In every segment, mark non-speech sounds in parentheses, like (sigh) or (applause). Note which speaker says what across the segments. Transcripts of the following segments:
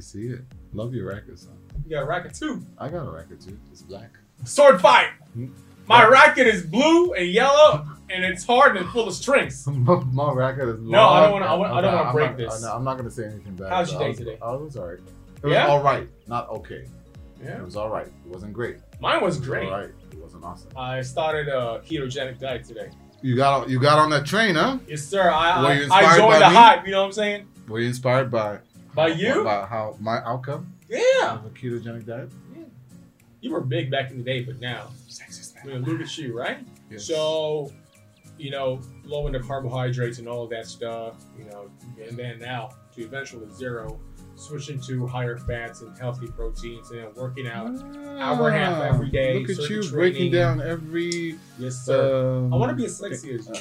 Speaker 1: See it. Love your racket, son.
Speaker 2: You got a racket too.
Speaker 1: I got a racket too. It's black. (laughs)
Speaker 2: Sword fight.
Speaker 1: Hmm.
Speaker 2: My racket is blue and yellow, and it's hard and full of strings.
Speaker 1: My, my racket is.
Speaker 2: No, I don't
Speaker 1: long.
Speaker 2: wanna- I wanna- I don't
Speaker 1: Okay,
Speaker 2: wanna
Speaker 1: I'm
Speaker 2: break
Speaker 1: not-
Speaker 2: this.
Speaker 1: I know- I'm not gonna say anything bad.
Speaker 2: How's your
Speaker 1: but I
Speaker 2: day
Speaker 1: was-
Speaker 2: today?
Speaker 1: I was alright. It was
Speaker 2: Yeah?
Speaker 1: all right, not okay. It
Speaker 2: Yeah,
Speaker 1: was all right. It wasn't great.
Speaker 2: mine was
Speaker 1: It was
Speaker 2: great.
Speaker 1: All right. It wasn't awesome.
Speaker 2: I started a ketogenic diet today.
Speaker 1: You got you got on that train, huh?
Speaker 2: Yes, sir. I
Speaker 1: Were
Speaker 2: I,
Speaker 1: you
Speaker 2: I
Speaker 1: inspired by
Speaker 2: joined the
Speaker 1: me?
Speaker 2: hype. You know what I'm saying?
Speaker 1: Were you inspired by
Speaker 2: By you?
Speaker 1: By how my outcome
Speaker 2: Yeah.
Speaker 1: of a ketogenic diet?
Speaker 2: You were big back in the day, but now,
Speaker 1: Sexist
Speaker 2: I mean, look at you, right?
Speaker 1: Yes.
Speaker 2: So, you know, low into carbohydrates and all of that stuff, you know, and then now to eventually zero, switching to higher fats and healthy proteins and then working out. hour and a half every day,
Speaker 1: Ah, Look at
Speaker 2: circuit
Speaker 1: you
Speaker 2: training.
Speaker 1: breaking down every.
Speaker 2: Yes, sir.
Speaker 1: um, uh,
Speaker 2: I want to be as sexy as you,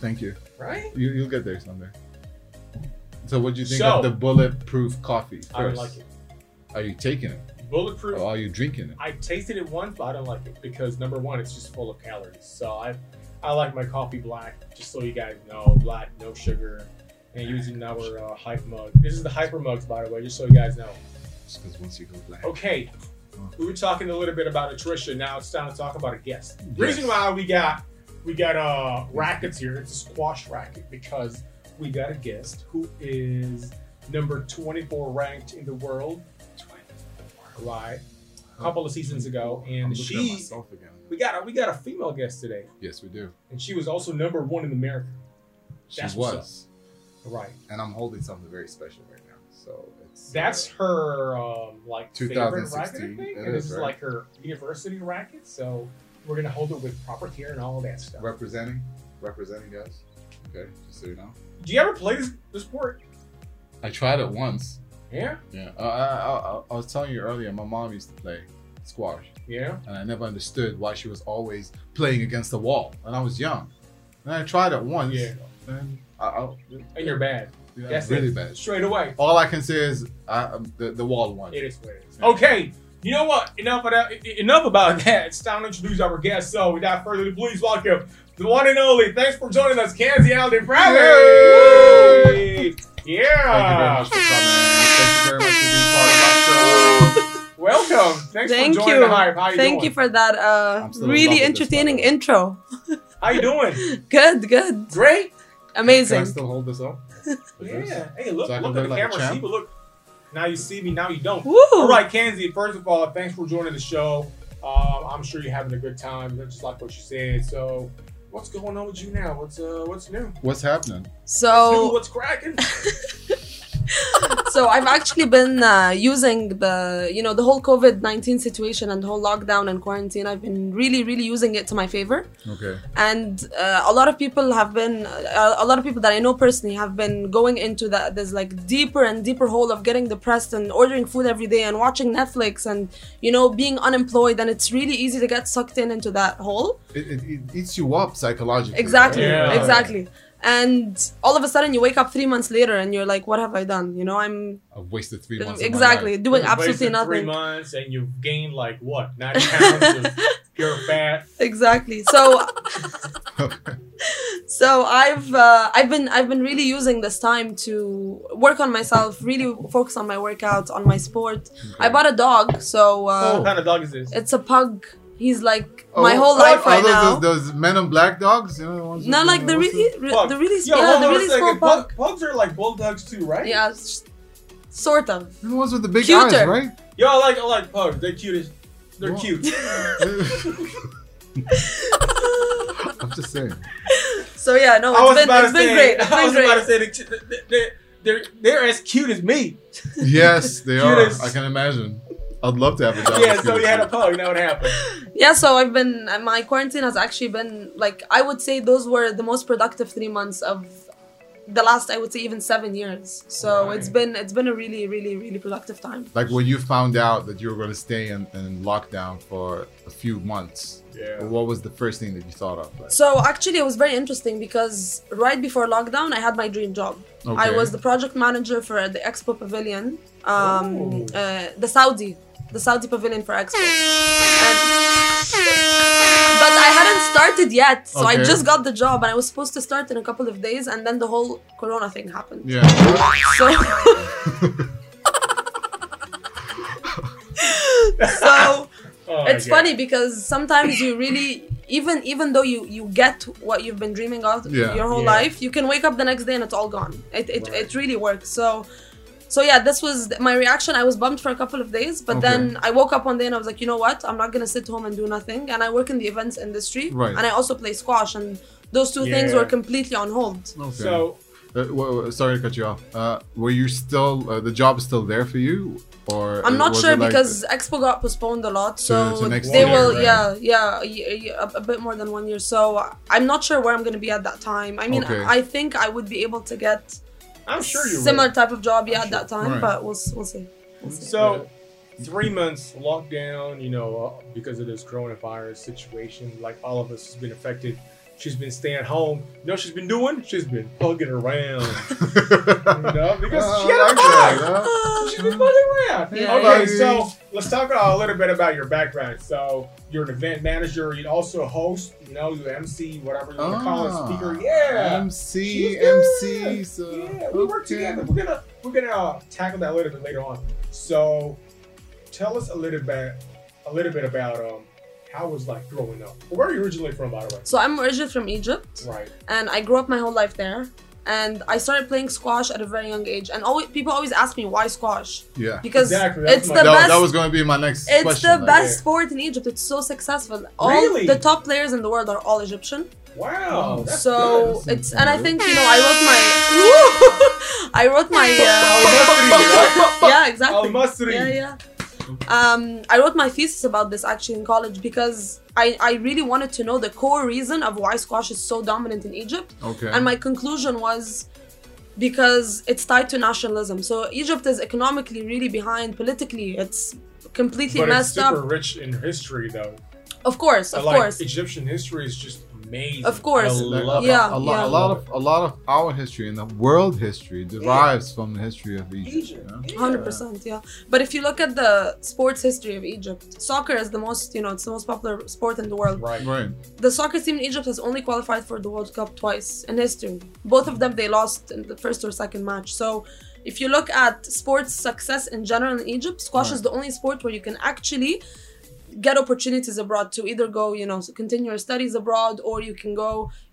Speaker 1: Thank you.
Speaker 2: right?
Speaker 1: you. You'll get there someday. So, what do you think
Speaker 2: So-
Speaker 1: of the bulletproof coffee? First?
Speaker 2: I don't like it.
Speaker 1: Are you taking it?
Speaker 2: Bulletproof.
Speaker 1: Or are you drinking it?
Speaker 2: I tasted it once, but I don't like it because number one, it's just full of calories. So I, I like my coffee black. Just so you guys know, black, no sugar, and using our uh, hype mug. This is the hyper mugs, by the way, just so you guys know.
Speaker 1: Just because once you go black.
Speaker 2: Okay, we were talking a little bit about nutrition. Now it's time to talk about a guest.
Speaker 1: Yes.
Speaker 2: Reason why we got we got uh rackets here. It's a squash racket because we got a guest who is number 24 ranked in the world, right? A couple of seasons ago,
Speaker 1: I'm
Speaker 2: and
Speaker 1: looking at
Speaker 2: she
Speaker 1: myself again.
Speaker 2: we got a we got a female guest today,
Speaker 1: Yes, we do.
Speaker 2: and she was also number one in America.
Speaker 1: She
Speaker 2: That's what's
Speaker 1: was.
Speaker 2: Right.
Speaker 1: And I'm holding something very special right now. So, it's.
Speaker 2: That's
Speaker 1: uh,
Speaker 2: her um, like favorite
Speaker 1: 2016.
Speaker 2: racket, I think,
Speaker 1: It
Speaker 2: and this
Speaker 1: is,
Speaker 2: is
Speaker 1: right?
Speaker 2: like her university racket. So we're gonna hold it with proper care and all of that stuff.
Speaker 1: uh, representing. Representing, guys. Okay, just so you know.
Speaker 2: Do you ever play this this sport?
Speaker 1: I tried it once.
Speaker 2: Yeah.
Speaker 1: Yeah, Uh, I, I, I, I was telling you earlier, my mom used to play squash,
Speaker 2: Yeah.
Speaker 1: and I never understood why she was always playing against the wall. And I was young, and I tried it once,
Speaker 2: Yeah.
Speaker 1: and I, I
Speaker 2: And you're bad.
Speaker 1: yeah,
Speaker 2: That's
Speaker 1: really
Speaker 2: it.
Speaker 1: bad.
Speaker 2: Straight away.
Speaker 1: All I can say is I, um, the the wall won.
Speaker 2: It is what it is.
Speaker 1: Yeah.
Speaker 2: Okay. You know what? Enough of that. e- Enough about (laughs) that. It's time to introduce our guest. So, without further ado, please welcome the one and only. Thanks for joining us, Kanzi Alden Bradley.
Speaker 1: Yay! Thank you very
Speaker 2: Yeah.
Speaker 1: much for coming. Thank you very much for being part of our show.
Speaker 2: Welcome. Thanks
Speaker 3: Thank
Speaker 2: for joining the
Speaker 3: you.
Speaker 2: hype. How you
Speaker 3: Thank you
Speaker 2: doing?
Speaker 3: for that uh,
Speaker 1: I'm still in love
Speaker 3: really
Speaker 1: with this,
Speaker 3: entertaining
Speaker 1: by the way.
Speaker 3: intro.
Speaker 2: How you
Speaker 3: (laughs)
Speaker 2: doing?
Speaker 3: Good, good,
Speaker 2: Great.
Speaker 1: Can I
Speaker 3: (laughs) amazing.
Speaker 1: still hold this up? Like
Speaker 2: (laughs)
Speaker 1: this?
Speaker 2: Yeah. Hey, look,
Speaker 1: So I can
Speaker 2: look at
Speaker 1: look
Speaker 2: the
Speaker 1: like a
Speaker 2: camera. See,
Speaker 1: champ?
Speaker 2: but look. Now you see me. Now you don't.
Speaker 3: Woo!
Speaker 2: All right, Kenzie. First of all, thanks for joining the show. Um, I'm sure you're having a good time, just like what you said. So, what's going on with you now? What's uh, what's new?
Speaker 1: What's happening?
Speaker 2: What's new?
Speaker 3: So,
Speaker 2: what's
Speaker 3: (laughs)
Speaker 2: cracking?
Speaker 3: so I've actually been uh, using the, you know, the whole COVID nineteen situation and the whole lockdown and quarantine. I've been really, really using it to my favor.
Speaker 1: Okay.
Speaker 3: and uh, a lot of people have been uh, a lot of people that i know personally have been going into that this like deeper and deeper hole of getting depressed and ordering food every day and watching netflix and you know being unemployed and it's really easy to get sucked in into that hole
Speaker 1: It, it, it eats you up psychologically.
Speaker 3: exactly
Speaker 2: Yeah.
Speaker 3: exactly and all of a sudden you wake up three months later and you're like what have i done you know i'm
Speaker 1: I've wasted three months. of my
Speaker 3: exactly
Speaker 1: life.
Speaker 3: doing
Speaker 2: You've
Speaker 3: absolutely
Speaker 2: wasted Three
Speaker 3: nothing (laughs)
Speaker 2: months, and you've gained like what ninety pounds of pure fat.
Speaker 3: exactly so
Speaker 1: (laughs)
Speaker 3: so i've uh, i've been i've been really using this time to work on myself really focus on my workouts on my sport i bought a dog so
Speaker 2: What
Speaker 3: uh,
Speaker 2: kind of dog is this?
Speaker 3: it's a pug he's like my
Speaker 1: Oh,
Speaker 3: whole
Speaker 1: oh,
Speaker 3: life
Speaker 1: oh,
Speaker 3: right
Speaker 1: those,
Speaker 3: now
Speaker 1: Those, those men in black dogs, you know, the ones
Speaker 3: no
Speaker 1: with
Speaker 3: like the
Speaker 1: what's
Speaker 3: really re-
Speaker 2: Pug.
Speaker 3: the really
Speaker 2: Yo,
Speaker 3: yeah
Speaker 2: hold
Speaker 3: the
Speaker 2: on
Speaker 3: really
Speaker 2: a
Speaker 3: small
Speaker 2: second.
Speaker 3: pug
Speaker 2: Pug- Pugs are like bulldogs too, right?
Speaker 3: yeah s- sort of
Speaker 1: the, the ones with the big
Speaker 3: Cuter.
Speaker 1: eyes, (laughs) right?
Speaker 2: Yo, I like I like pugs. They're cutest. They're
Speaker 1: What?
Speaker 2: cute.
Speaker 1: (laughs) I'm just saying.
Speaker 3: (laughs) so yeah no
Speaker 2: I was
Speaker 3: it's been,
Speaker 2: about
Speaker 3: it's
Speaker 2: to
Speaker 3: been
Speaker 2: say.
Speaker 3: great
Speaker 2: (laughs)
Speaker 3: it's
Speaker 2: I
Speaker 3: been
Speaker 2: was about to
Speaker 3: great
Speaker 2: say they- they- they- they're they're as cute as me. (laughs)
Speaker 1: Yes, they
Speaker 2: Cutest.
Speaker 1: are. I can imagine. I'd love to have a dog.
Speaker 2: Yeah.
Speaker 1: with
Speaker 2: So you had a
Speaker 1: cuter
Speaker 2: pug. Now what happened?
Speaker 3: yeah so i've been uh, my quarantine has actually been like i would say those were the most productive three months of the last i would say even seven years so
Speaker 2: Right.
Speaker 3: it's been it's been a really really really productive time
Speaker 1: teeth. Like when you found out that you were going to stay in, in lockdown for a few months,
Speaker 2: Yeah.
Speaker 1: what was the first thing that you thought of? Like,
Speaker 3: so actually it was very interesting because right before lockdown i had my dream job i
Speaker 1: okay,
Speaker 3: was the project manager for the expo pavilion
Speaker 2: Ooh.
Speaker 3: um,
Speaker 1: Oh.
Speaker 3: uh, the saudi the saudi pavilion for expo And- but i hadn't started yet so i
Speaker 1: Okay.
Speaker 3: just got the job and i was supposed to start in a couple of days and then the whole corona thing happened
Speaker 1: Yeah.
Speaker 3: So
Speaker 1: (laughs)
Speaker 3: (laughs)
Speaker 2: Oh,
Speaker 3: it's funny because sometimes you really even even though you you get what you've been dreaming of
Speaker 1: Yeah.
Speaker 3: your whole
Speaker 2: Yeah.
Speaker 3: life you can wake up the next day and it's all gone it it,
Speaker 2: Right.
Speaker 3: it really works so so yeah this was th- my reaction i was bummed for a couple of days but
Speaker 1: Okay.
Speaker 3: then i woke up one day and i was like you know what i'm not gonna sit home and do nothing and i work in the events industry
Speaker 1: Right.
Speaker 3: and i also play squash and those two things
Speaker 2: Yeah.
Speaker 3: were completely on hold
Speaker 1: Okay.
Speaker 2: So
Speaker 1: Uh, w- w- sorry to cut you off. Uh, were you still uh, the job is still there for you, or uh,
Speaker 3: I'm not
Speaker 1: was
Speaker 3: sure
Speaker 1: it like- (laughs)
Speaker 3: because Expo got postponed a lot, so
Speaker 1: to next
Speaker 3: they
Speaker 2: year,
Speaker 3: will,
Speaker 2: right?
Speaker 3: yeah, yeah, yeah, a, a bit more than one year. So I'm not sure where I'm gonna be at that time. I mean,
Speaker 1: Okay.
Speaker 3: I think I would be able to get
Speaker 2: I'm sure you
Speaker 3: similar
Speaker 2: will.
Speaker 3: type of job, yeah,
Speaker 2: I'm
Speaker 3: at that time,
Speaker 1: Right.
Speaker 3: but we'll s- we'll see. We'll see.
Speaker 2: So three months lockdown, you know, uh, because of this coronavirus situation, like all of us has been affected. She's been staying at home. You know, what she's been doing. She's been pugging around. (laughs) You know, because
Speaker 1: Oh,
Speaker 2: she
Speaker 1: (laughs) I
Speaker 2: had a
Speaker 1: like
Speaker 2: bug.
Speaker 1: that, huh?
Speaker 3: Uh,
Speaker 2: She's been bugging around.
Speaker 3: Yeah.
Speaker 2: okay,
Speaker 1: Bye.
Speaker 2: so let's talk a little bit about your background. So you're an event manager. You also host. You know, you MC, whatever you want to call
Speaker 1: Ah.
Speaker 2: it, speaker. Yeah.
Speaker 1: MC,
Speaker 2: She's good.
Speaker 1: MC. So
Speaker 2: Yeah, we work
Speaker 1: Mm. okay.
Speaker 2: together. We're gonna we're gonna uh, tackle that a little bit later on. So, tell us a little bit a little bit about um how was like growing up. Where are you originally from, by the way?
Speaker 3: so I'm originally from Egypt,
Speaker 2: Right.
Speaker 3: and I grew up my whole life there. And I started playing squash at a very young age. And always, people always ask me why squash
Speaker 1: Yeah.
Speaker 3: because
Speaker 2: Exactly, that's
Speaker 3: it's
Speaker 2: my-
Speaker 3: the
Speaker 1: that,
Speaker 3: best.
Speaker 1: that was going to be my next
Speaker 3: It's
Speaker 1: question.
Speaker 3: the
Speaker 1: like-
Speaker 3: best
Speaker 2: yeah.
Speaker 3: sport in Egypt. It's so successful. All
Speaker 2: Really?
Speaker 3: the top players in the world are all Egyptian.
Speaker 2: Wow. That's
Speaker 1: good.
Speaker 3: so
Speaker 1: That's
Speaker 3: it's and I
Speaker 1: incredible.
Speaker 3: think you know I wrote my (laughs) I wrote my
Speaker 1: (laughs)
Speaker 3: uh, yeah
Speaker 2: good.
Speaker 3: exactly
Speaker 2: Al-Masri.
Speaker 3: yeah yeah. Um, I wrote my thesis about this actually in college because I, I really wanted to know the core reason of why squash is so dominant in Egypt.
Speaker 1: Okay.
Speaker 3: And my conclusion was because it's tied to nationalism. So Egypt is economically really behind, politically, it's completely
Speaker 2: But it's
Speaker 3: messed
Speaker 2: super
Speaker 3: up.
Speaker 2: rich in history, though.
Speaker 3: Of course, of
Speaker 2: like,
Speaker 3: course.
Speaker 2: Egyptian history is just amazing.
Speaker 3: Of course.
Speaker 2: I
Speaker 1: Like,
Speaker 2: love
Speaker 1: a-
Speaker 2: it.
Speaker 3: Yeah,
Speaker 1: a, lot,
Speaker 3: yeah.
Speaker 1: a lot of a lot of our history and the world history derives from the history of Egypt.
Speaker 2: Egypt.
Speaker 1: yeah?
Speaker 2: yeah.
Speaker 3: Hundred percent, yeah. But if you look at the sports history of Egypt, soccer is the most, you know, it's the most popular sport in the world.
Speaker 2: Right.
Speaker 1: Right.
Speaker 3: The soccer team in Egypt has only qualified for the World Cup twice in history. Both of them they lost in the first or second match. So, if you look at sports success in general in Egypt, squash is
Speaker 1: Right.
Speaker 3: the only sport where you can actually get opportunities abroad to either go, you know, continue your studies abroad, or you can go,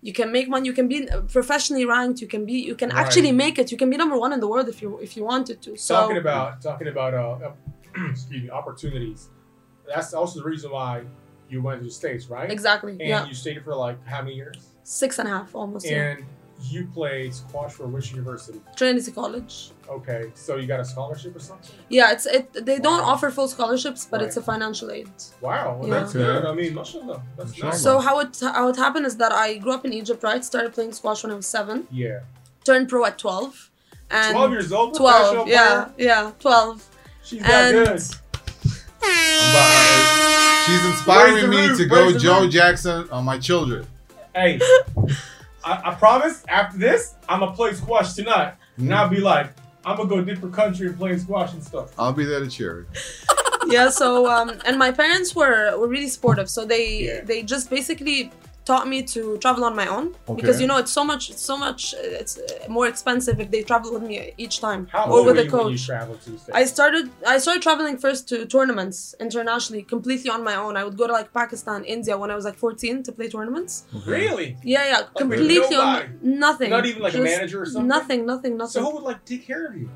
Speaker 3: you can make money, you can be professionally ranked, you can be, you can
Speaker 2: Right.
Speaker 3: actually make it, you can be number one in the world if you if you wanted to. So.
Speaker 2: talking about talking about uh, (clears throat) excuse me opportunities. That's also the reason why you went to the states, right?
Speaker 3: Exactly.
Speaker 2: And
Speaker 3: yeah.
Speaker 2: you stayed for like how many years?
Speaker 3: Six and a half almost. yeah.
Speaker 2: And you played squash for which university?
Speaker 3: Trinity College.
Speaker 2: Okay, so you got a scholarship or something?
Speaker 3: Yeah, it's it. They don't
Speaker 2: Wow.
Speaker 3: offer full scholarships, but it's a
Speaker 2: Right.
Speaker 3: financial aid.
Speaker 2: Wow, well,
Speaker 3: Yeah.
Speaker 2: that's good. I mean, mashallah, that's
Speaker 1: Mashallah.
Speaker 2: nice.
Speaker 3: So how it how it happened is that I grew up in Egypt, right? Started playing squash when I was seven.
Speaker 2: yeah,
Speaker 3: Turned pro at twelve. And
Speaker 2: twelve years old,
Speaker 3: 12,
Speaker 2: professional
Speaker 3: yeah,
Speaker 2: player?
Speaker 3: yeah, twelve.
Speaker 2: she's that
Speaker 3: And-
Speaker 2: good.
Speaker 1: But she's
Speaker 2: Raise
Speaker 1: inspiring
Speaker 2: the
Speaker 1: me
Speaker 2: roof,
Speaker 1: to
Speaker 2: raise
Speaker 1: go
Speaker 2: the
Speaker 1: Joe
Speaker 2: roof.
Speaker 1: Jackson on my children.
Speaker 2: Hey, I, I promise after this, I'm gonna play squash tonight, and I'll be like, I'm gonna go different country and play squash and stuff.
Speaker 1: I'll be there to cheer.
Speaker 3: (laughs) yeah. So um, and my parents were were really supportive. So they
Speaker 2: Yeah.
Speaker 3: they just basically taught me to travel on my own because
Speaker 1: Okay.
Speaker 3: you know it's so much it's so much uh, it's uh, more expensive if they travel with me each time
Speaker 2: How
Speaker 3: or
Speaker 2: old
Speaker 3: with
Speaker 2: were
Speaker 3: a
Speaker 2: you when you
Speaker 3: coach.
Speaker 2: traveled to the States?
Speaker 3: I started I started traveling first to tournaments internationally, completely on my own. I would go to like Pakistan, India when I was like 14 to play tournaments.
Speaker 1: Okay.
Speaker 2: Really?
Speaker 3: Yeah, yeah, completely on nothing.
Speaker 2: Not even like a
Speaker 3: Just
Speaker 2: manager or something?
Speaker 3: Nothing, nothing,
Speaker 2: So
Speaker 3: nothing. So,
Speaker 2: who would like take care of you?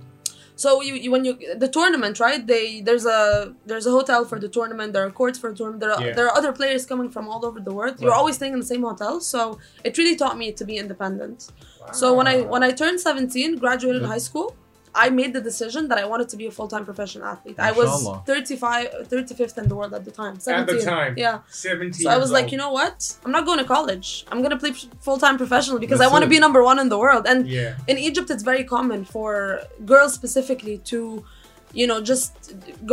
Speaker 3: you, you when you the tournament, right? They there's a there's a hotel for the tournament, there are courts for the tournament, there are,
Speaker 2: Yeah.
Speaker 3: there are other players coming from all over the world. You're
Speaker 2: Right.
Speaker 3: always staying in the same hotel, so it really taught me to be independent. So when I when I turned 17, graduated
Speaker 1: Yeah.
Speaker 3: high school, I made the decision that I wanted to be a full-time professional athlete. I
Speaker 1: Mashallah.
Speaker 3: was 35 35th in the world at the time. 17.
Speaker 2: time.
Speaker 3: Yeah.
Speaker 2: 17
Speaker 3: So I was like, you know what? I'm not going to college. I'm going to play full-time professional because
Speaker 1: That's
Speaker 3: I want
Speaker 1: it.
Speaker 3: to be number 1 in the world. And
Speaker 2: yeah
Speaker 3: in Egypt it's very common for girls specifically to you know just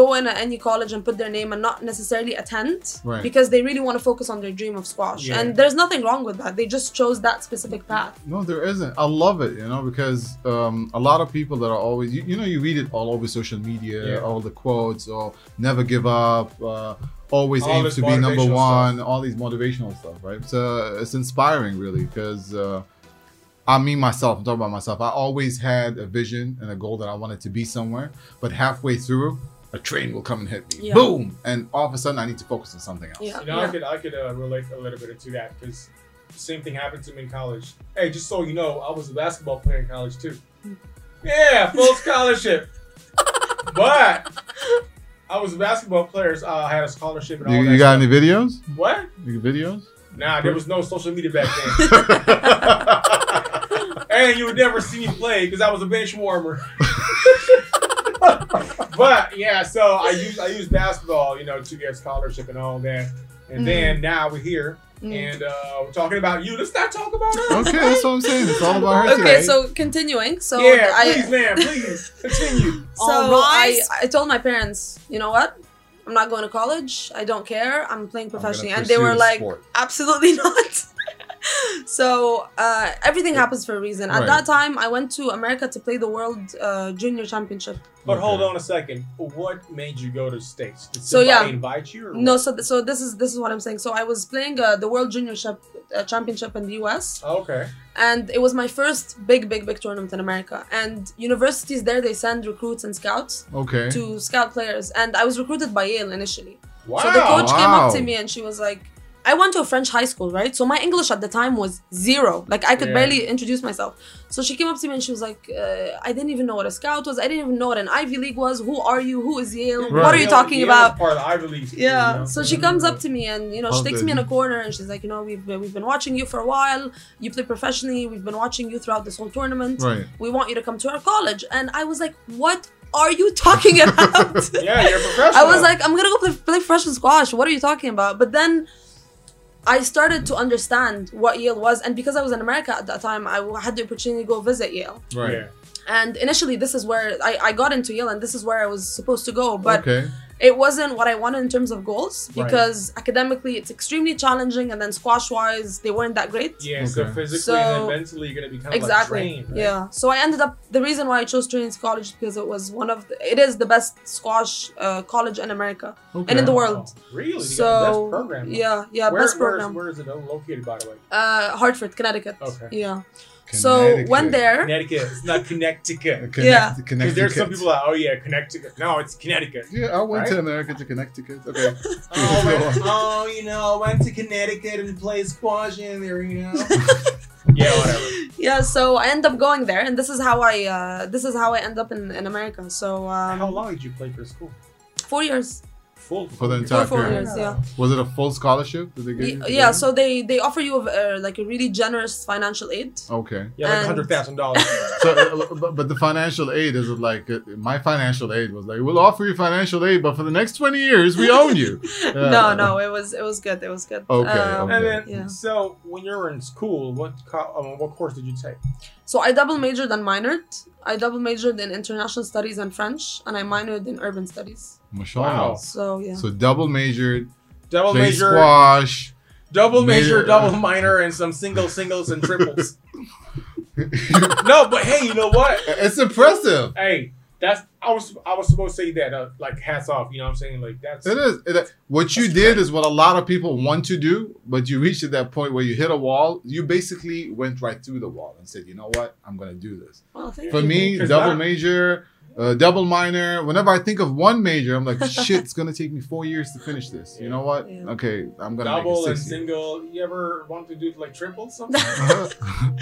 Speaker 3: go in at any college and put their name and not necessarily attend
Speaker 1: Right.
Speaker 3: because they really want to focus on their dream of squash.
Speaker 2: Yeah.
Speaker 3: And there's nothing wrong with that. They just chose that specific path.
Speaker 1: No, there isn't. I love it, you know, because um, a lot of people that are always, you, you know, you read it all over social media,
Speaker 2: Yeah.
Speaker 1: all the quotes, or never give up, uh, always
Speaker 2: All
Speaker 1: aim
Speaker 2: this
Speaker 1: to be number
Speaker 2: motivational stuff.
Speaker 1: one, all these motivational stuff, right? So uh, it's inspiring, really, because uh, I mean myself, I'm talking about myself. I always had a vision and a goal that I wanted to be somewhere, but halfway through, a train will come and hit me.
Speaker 3: Yeah.
Speaker 1: Boom! And all of a sudden, I need to focus on something else.
Speaker 3: Yeah.
Speaker 2: You know, I could I could uh, relate a little bit to that because same thing happened to me in college. Hey, just so you know, I was a basketball player in college too.
Speaker 3: Hmm.
Speaker 2: Yeah,
Speaker 3: (laughs)
Speaker 2: full scholarship. but I was a basketball player. So I had a scholarship and all
Speaker 1: You,
Speaker 2: that.
Speaker 1: you got
Speaker 2: stuff.
Speaker 1: any videos?
Speaker 2: what?
Speaker 1: You got
Speaker 3: (laughs)
Speaker 1: videos? (laughs)
Speaker 2: Nah, there was no social media back then, and you would never see me play because I was a bench
Speaker 3: (laughs)
Speaker 2: warmer. but yeah, so I use I use basketball, you know, to get scholarship and all that. And then now we're here.
Speaker 3: Mm.
Speaker 2: and uh, we're talking about you. Let's not talk about us.
Speaker 1: okay, that's what I'm saying. It's all about her today.
Speaker 3: Okay, so continuing. So
Speaker 2: yeah,
Speaker 3: I
Speaker 2: please, man, please continue.
Speaker 3: so
Speaker 4: All right.
Speaker 3: I, I told my parents, you know what? I'm not going to college. I don't care. I'm playing
Speaker 1: I'm gonna
Speaker 3: professionally. and they
Speaker 1: pursue
Speaker 3: were
Speaker 1: the
Speaker 3: like,
Speaker 1: sport.
Speaker 3: absolutely (laughs) not. so uh, everything happens for a reason. At
Speaker 1: Right.
Speaker 3: that time, I went to America to play the World uh, Junior Championship.
Speaker 2: But
Speaker 1: Okay.
Speaker 2: hold on a second. What made you go to states? Did
Speaker 3: So,
Speaker 2: somebody
Speaker 3: yeah.
Speaker 2: invite you? Or
Speaker 3: No,
Speaker 2: what?
Speaker 3: so th- so this is this is what I'm saying. So I was playing uh, the World Junior Shep- uh, Championship in the U.S.
Speaker 2: Oh, okay.
Speaker 3: and it was my first big big big tournament in America. And universities there they send recruits and scouts
Speaker 1: okay.
Speaker 3: to scout players. And I was recruited by Yale initially.
Speaker 2: Wow.
Speaker 3: So the coach came up to
Speaker 1: Wow.
Speaker 3: me and she was like, I went to a French high school, right? So my English at the time was zero. Like I could
Speaker 2: Yeah.
Speaker 3: barely introduce myself. So she came up to me and she was like, uh, I didn't even know what a scout was. I didn't even know what an Ivy League was. Who are you? Who is Yale?
Speaker 2: Yeah,
Speaker 3: What are you
Speaker 2: Yale-
Speaker 3: talking
Speaker 2: Yale
Speaker 3: about?
Speaker 2: was Part of the Ivy League. school,
Speaker 3: Yeah.
Speaker 2: you know?
Speaker 3: So she comes up to me and you know she
Speaker 1: How's
Speaker 3: takes
Speaker 1: that?
Speaker 3: me in a corner and she's like, you know, we've been, we've been watching you for a while. You play professionally. We've been watching you throughout this whole tournament.
Speaker 1: Right.
Speaker 3: We want you to come to our college. And I was like, what are you talking (laughs) about?
Speaker 2: Yeah, you're a
Speaker 3: I
Speaker 2: professional.
Speaker 3: was like, I'm gonna go play, play freshman squash. What are you talking about? But then I started to understand what Yale was, and because I was in America at that time, I had the opportunity to go visit Yale.
Speaker 1: Right.
Speaker 2: Yeah.
Speaker 3: And initially, this is where I, I got into Yale, and this is where I was supposed to go. But
Speaker 1: okay.
Speaker 3: it wasn't what I wanted in terms of goals
Speaker 2: Right.
Speaker 3: because academically it's extremely challenging, and then squash wise they weren't that great.
Speaker 2: Yeah, so
Speaker 1: Okay.
Speaker 2: physically
Speaker 3: So-
Speaker 2: and then mentally, you're gonna be kind of
Speaker 3: exactly.
Speaker 2: like drained. right?
Speaker 3: Yeah. So I ended up the reason why I chose Trinity College because it was one of the, it is the best squash uh, college in America
Speaker 1: Okay.
Speaker 3: and in the world.
Speaker 2: Wow. Really? You got the
Speaker 3: So
Speaker 2: best program.
Speaker 3: yeah,
Speaker 2: Where-
Speaker 3: yeah, best
Speaker 2: where is-
Speaker 3: program.
Speaker 2: Where is it located, by the way?
Speaker 3: uh, Hartford, Connecticut.
Speaker 2: Okay.
Speaker 3: Yeah. So went there.
Speaker 2: Connecticut. It's not Connecticut.
Speaker 1: Connecticut.
Speaker 3: Yeah.
Speaker 2: Because
Speaker 1: Connecticut.
Speaker 2: there's some people that, oh yeah, Connecticut. No, it's
Speaker 1: (laughs)
Speaker 2: Connecticut.
Speaker 1: Yeah, I went
Speaker 2: Right?
Speaker 1: to America to Connecticut. Okay.
Speaker 2: Oh,
Speaker 1: (laughs) Go
Speaker 2: man.
Speaker 1: on.
Speaker 2: oh, you know, went to Connecticut and played squash in there, you
Speaker 3: (laughs)
Speaker 2: know. yeah, whatever.
Speaker 3: Yeah. So I end up going there, and this is how I uh, this is how I end up in, in America. So um,
Speaker 2: How long did you play for school?
Speaker 3: Four years.
Speaker 2: Full.
Speaker 1: For the
Speaker 3: Four
Speaker 1: entire
Speaker 3: four
Speaker 1: period.
Speaker 3: years. Yeah.
Speaker 1: Was it a full scholarship? Did they give
Speaker 3: Y-
Speaker 1: you?
Speaker 3: Yeah. So they they offer you uh, like a really generous financial aid.
Speaker 1: Okay.
Speaker 2: Yeah, like
Speaker 3: And-
Speaker 2: hundred thousand
Speaker 3: (laughs)
Speaker 2: dollars.
Speaker 1: So, uh, but, but the financial aid is it like uh, my financial aid was like we'll offer you financial aid, but for the next twenty years we own
Speaker 3: (laughs)
Speaker 1: you. Yeah.
Speaker 3: No, no, it was it was good. It was good.
Speaker 1: Okay,
Speaker 3: Um,
Speaker 1: okay.
Speaker 2: And then,
Speaker 3: Yeah.
Speaker 2: so when you were in school, what co- um, what course did you take?
Speaker 3: So I double majored and minored. I double majored in international studies and French, and I minored in urban studies.
Speaker 1: Mashallah.
Speaker 2: Wow.
Speaker 3: So yeah.
Speaker 1: So double majored,
Speaker 2: Double
Speaker 1: play
Speaker 2: major,
Speaker 1: squash.
Speaker 2: double major,
Speaker 1: major- uh,
Speaker 2: double minor, and some single singles and triples. no, but hey, you know what?
Speaker 1: It's impressive.
Speaker 2: Hey, that's I was I was supposed to say that. Uh, like hats off. You know what I'm saying? Like that's
Speaker 1: It is. It, what you did is what a lot of people want to do, but you reached at that point where you hit a wall. You basically went right through the wall and said, "You know what? I'm going to do this."
Speaker 3: Well, thank
Speaker 1: For
Speaker 3: you.
Speaker 1: me,
Speaker 2: Because
Speaker 1: double
Speaker 2: that-
Speaker 1: major, uh, double minor. Whenever I think of one major, I'm
Speaker 3: (laughs)
Speaker 1: like, "Shit, it's going to take me four years to finish this." You know what?
Speaker 3: Yeah.
Speaker 1: Okay, I'm going to
Speaker 2: double
Speaker 1: make
Speaker 2: and
Speaker 1: it six years.
Speaker 2: single. You ever want to do like triples?
Speaker 3: (laughs)
Speaker 2: Something?
Speaker 1: Uh-huh.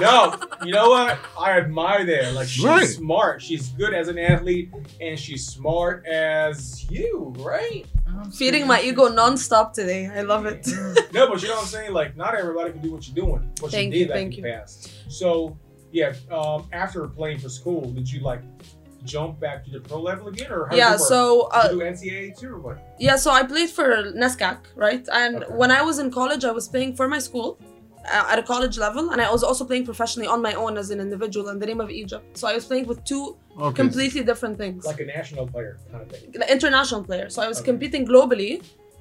Speaker 2: no, you know what? I admire that. Like she's
Speaker 1: Right.
Speaker 2: smart. She's good as an athlete, and she's smart as you, right?
Speaker 3: (laughs) Feeding my
Speaker 1: (laughs)
Speaker 3: ego nonstop today. I love it.
Speaker 2: No, but you know what I'm saying. Like not everybody can do what you're doing. What
Speaker 3: Thank
Speaker 2: you
Speaker 3: you,
Speaker 2: did
Speaker 3: thank
Speaker 2: back in
Speaker 3: you.
Speaker 2: the past. So yeah, um, after playing for school, did you like jump back to the pro level again, or how did
Speaker 3: Yeah.
Speaker 2: it work?
Speaker 3: So uh,
Speaker 2: Did you do NCAA too, or what?
Speaker 3: Yeah, so I played for NESCAC, right? And
Speaker 2: Okay.
Speaker 3: when I was in college, I was playing for my school uh, at a college level, and I was also playing professionally on my own as an individual in the name of Egypt. So I was playing with two
Speaker 1: okay.
Speaker 3: completely different things.
Speaker 2: Like a national player kind of thing.
Speaker 3: Like international player. So I was
Speaker 2: Okay.
Speaker 3: competing globally,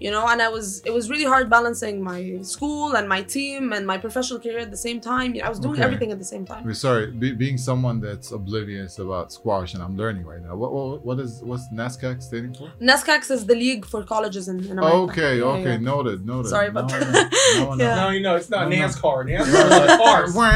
Speaker 3: you know, and I was it was really hard balancing my school and my team and my professional career at the same time. You know, I was doing
Speaker 1: Okay.
Speaker 3: everything at the same time.
Speaker 1: We're sorry, be, being someone that's oblivious about squash, and I'm learning right now. What what, what is what's NASCAC standing for?
Speaker 3: NESCAC is the league for colleges in, in America.
Speaker 1: Okay,
Speaker 3: Yeah,
Speaker 1: okay,
Speaker 3: yeah.
Speaker 1: noted, noted.
Speaker 3: Sorry about
Speaker 1: No,
Speaker 3: that. (laughs)
Speaker 1: no, no, no.
Speaker 3: Yeah.
Speaker 2: No, you know it's not
Speaker 1: No, no.
Speaker 2: NASCAR. NASCAR
Speaker 1: (laughs)
Speaker 2: is a farce.
Speaker 1: Wah.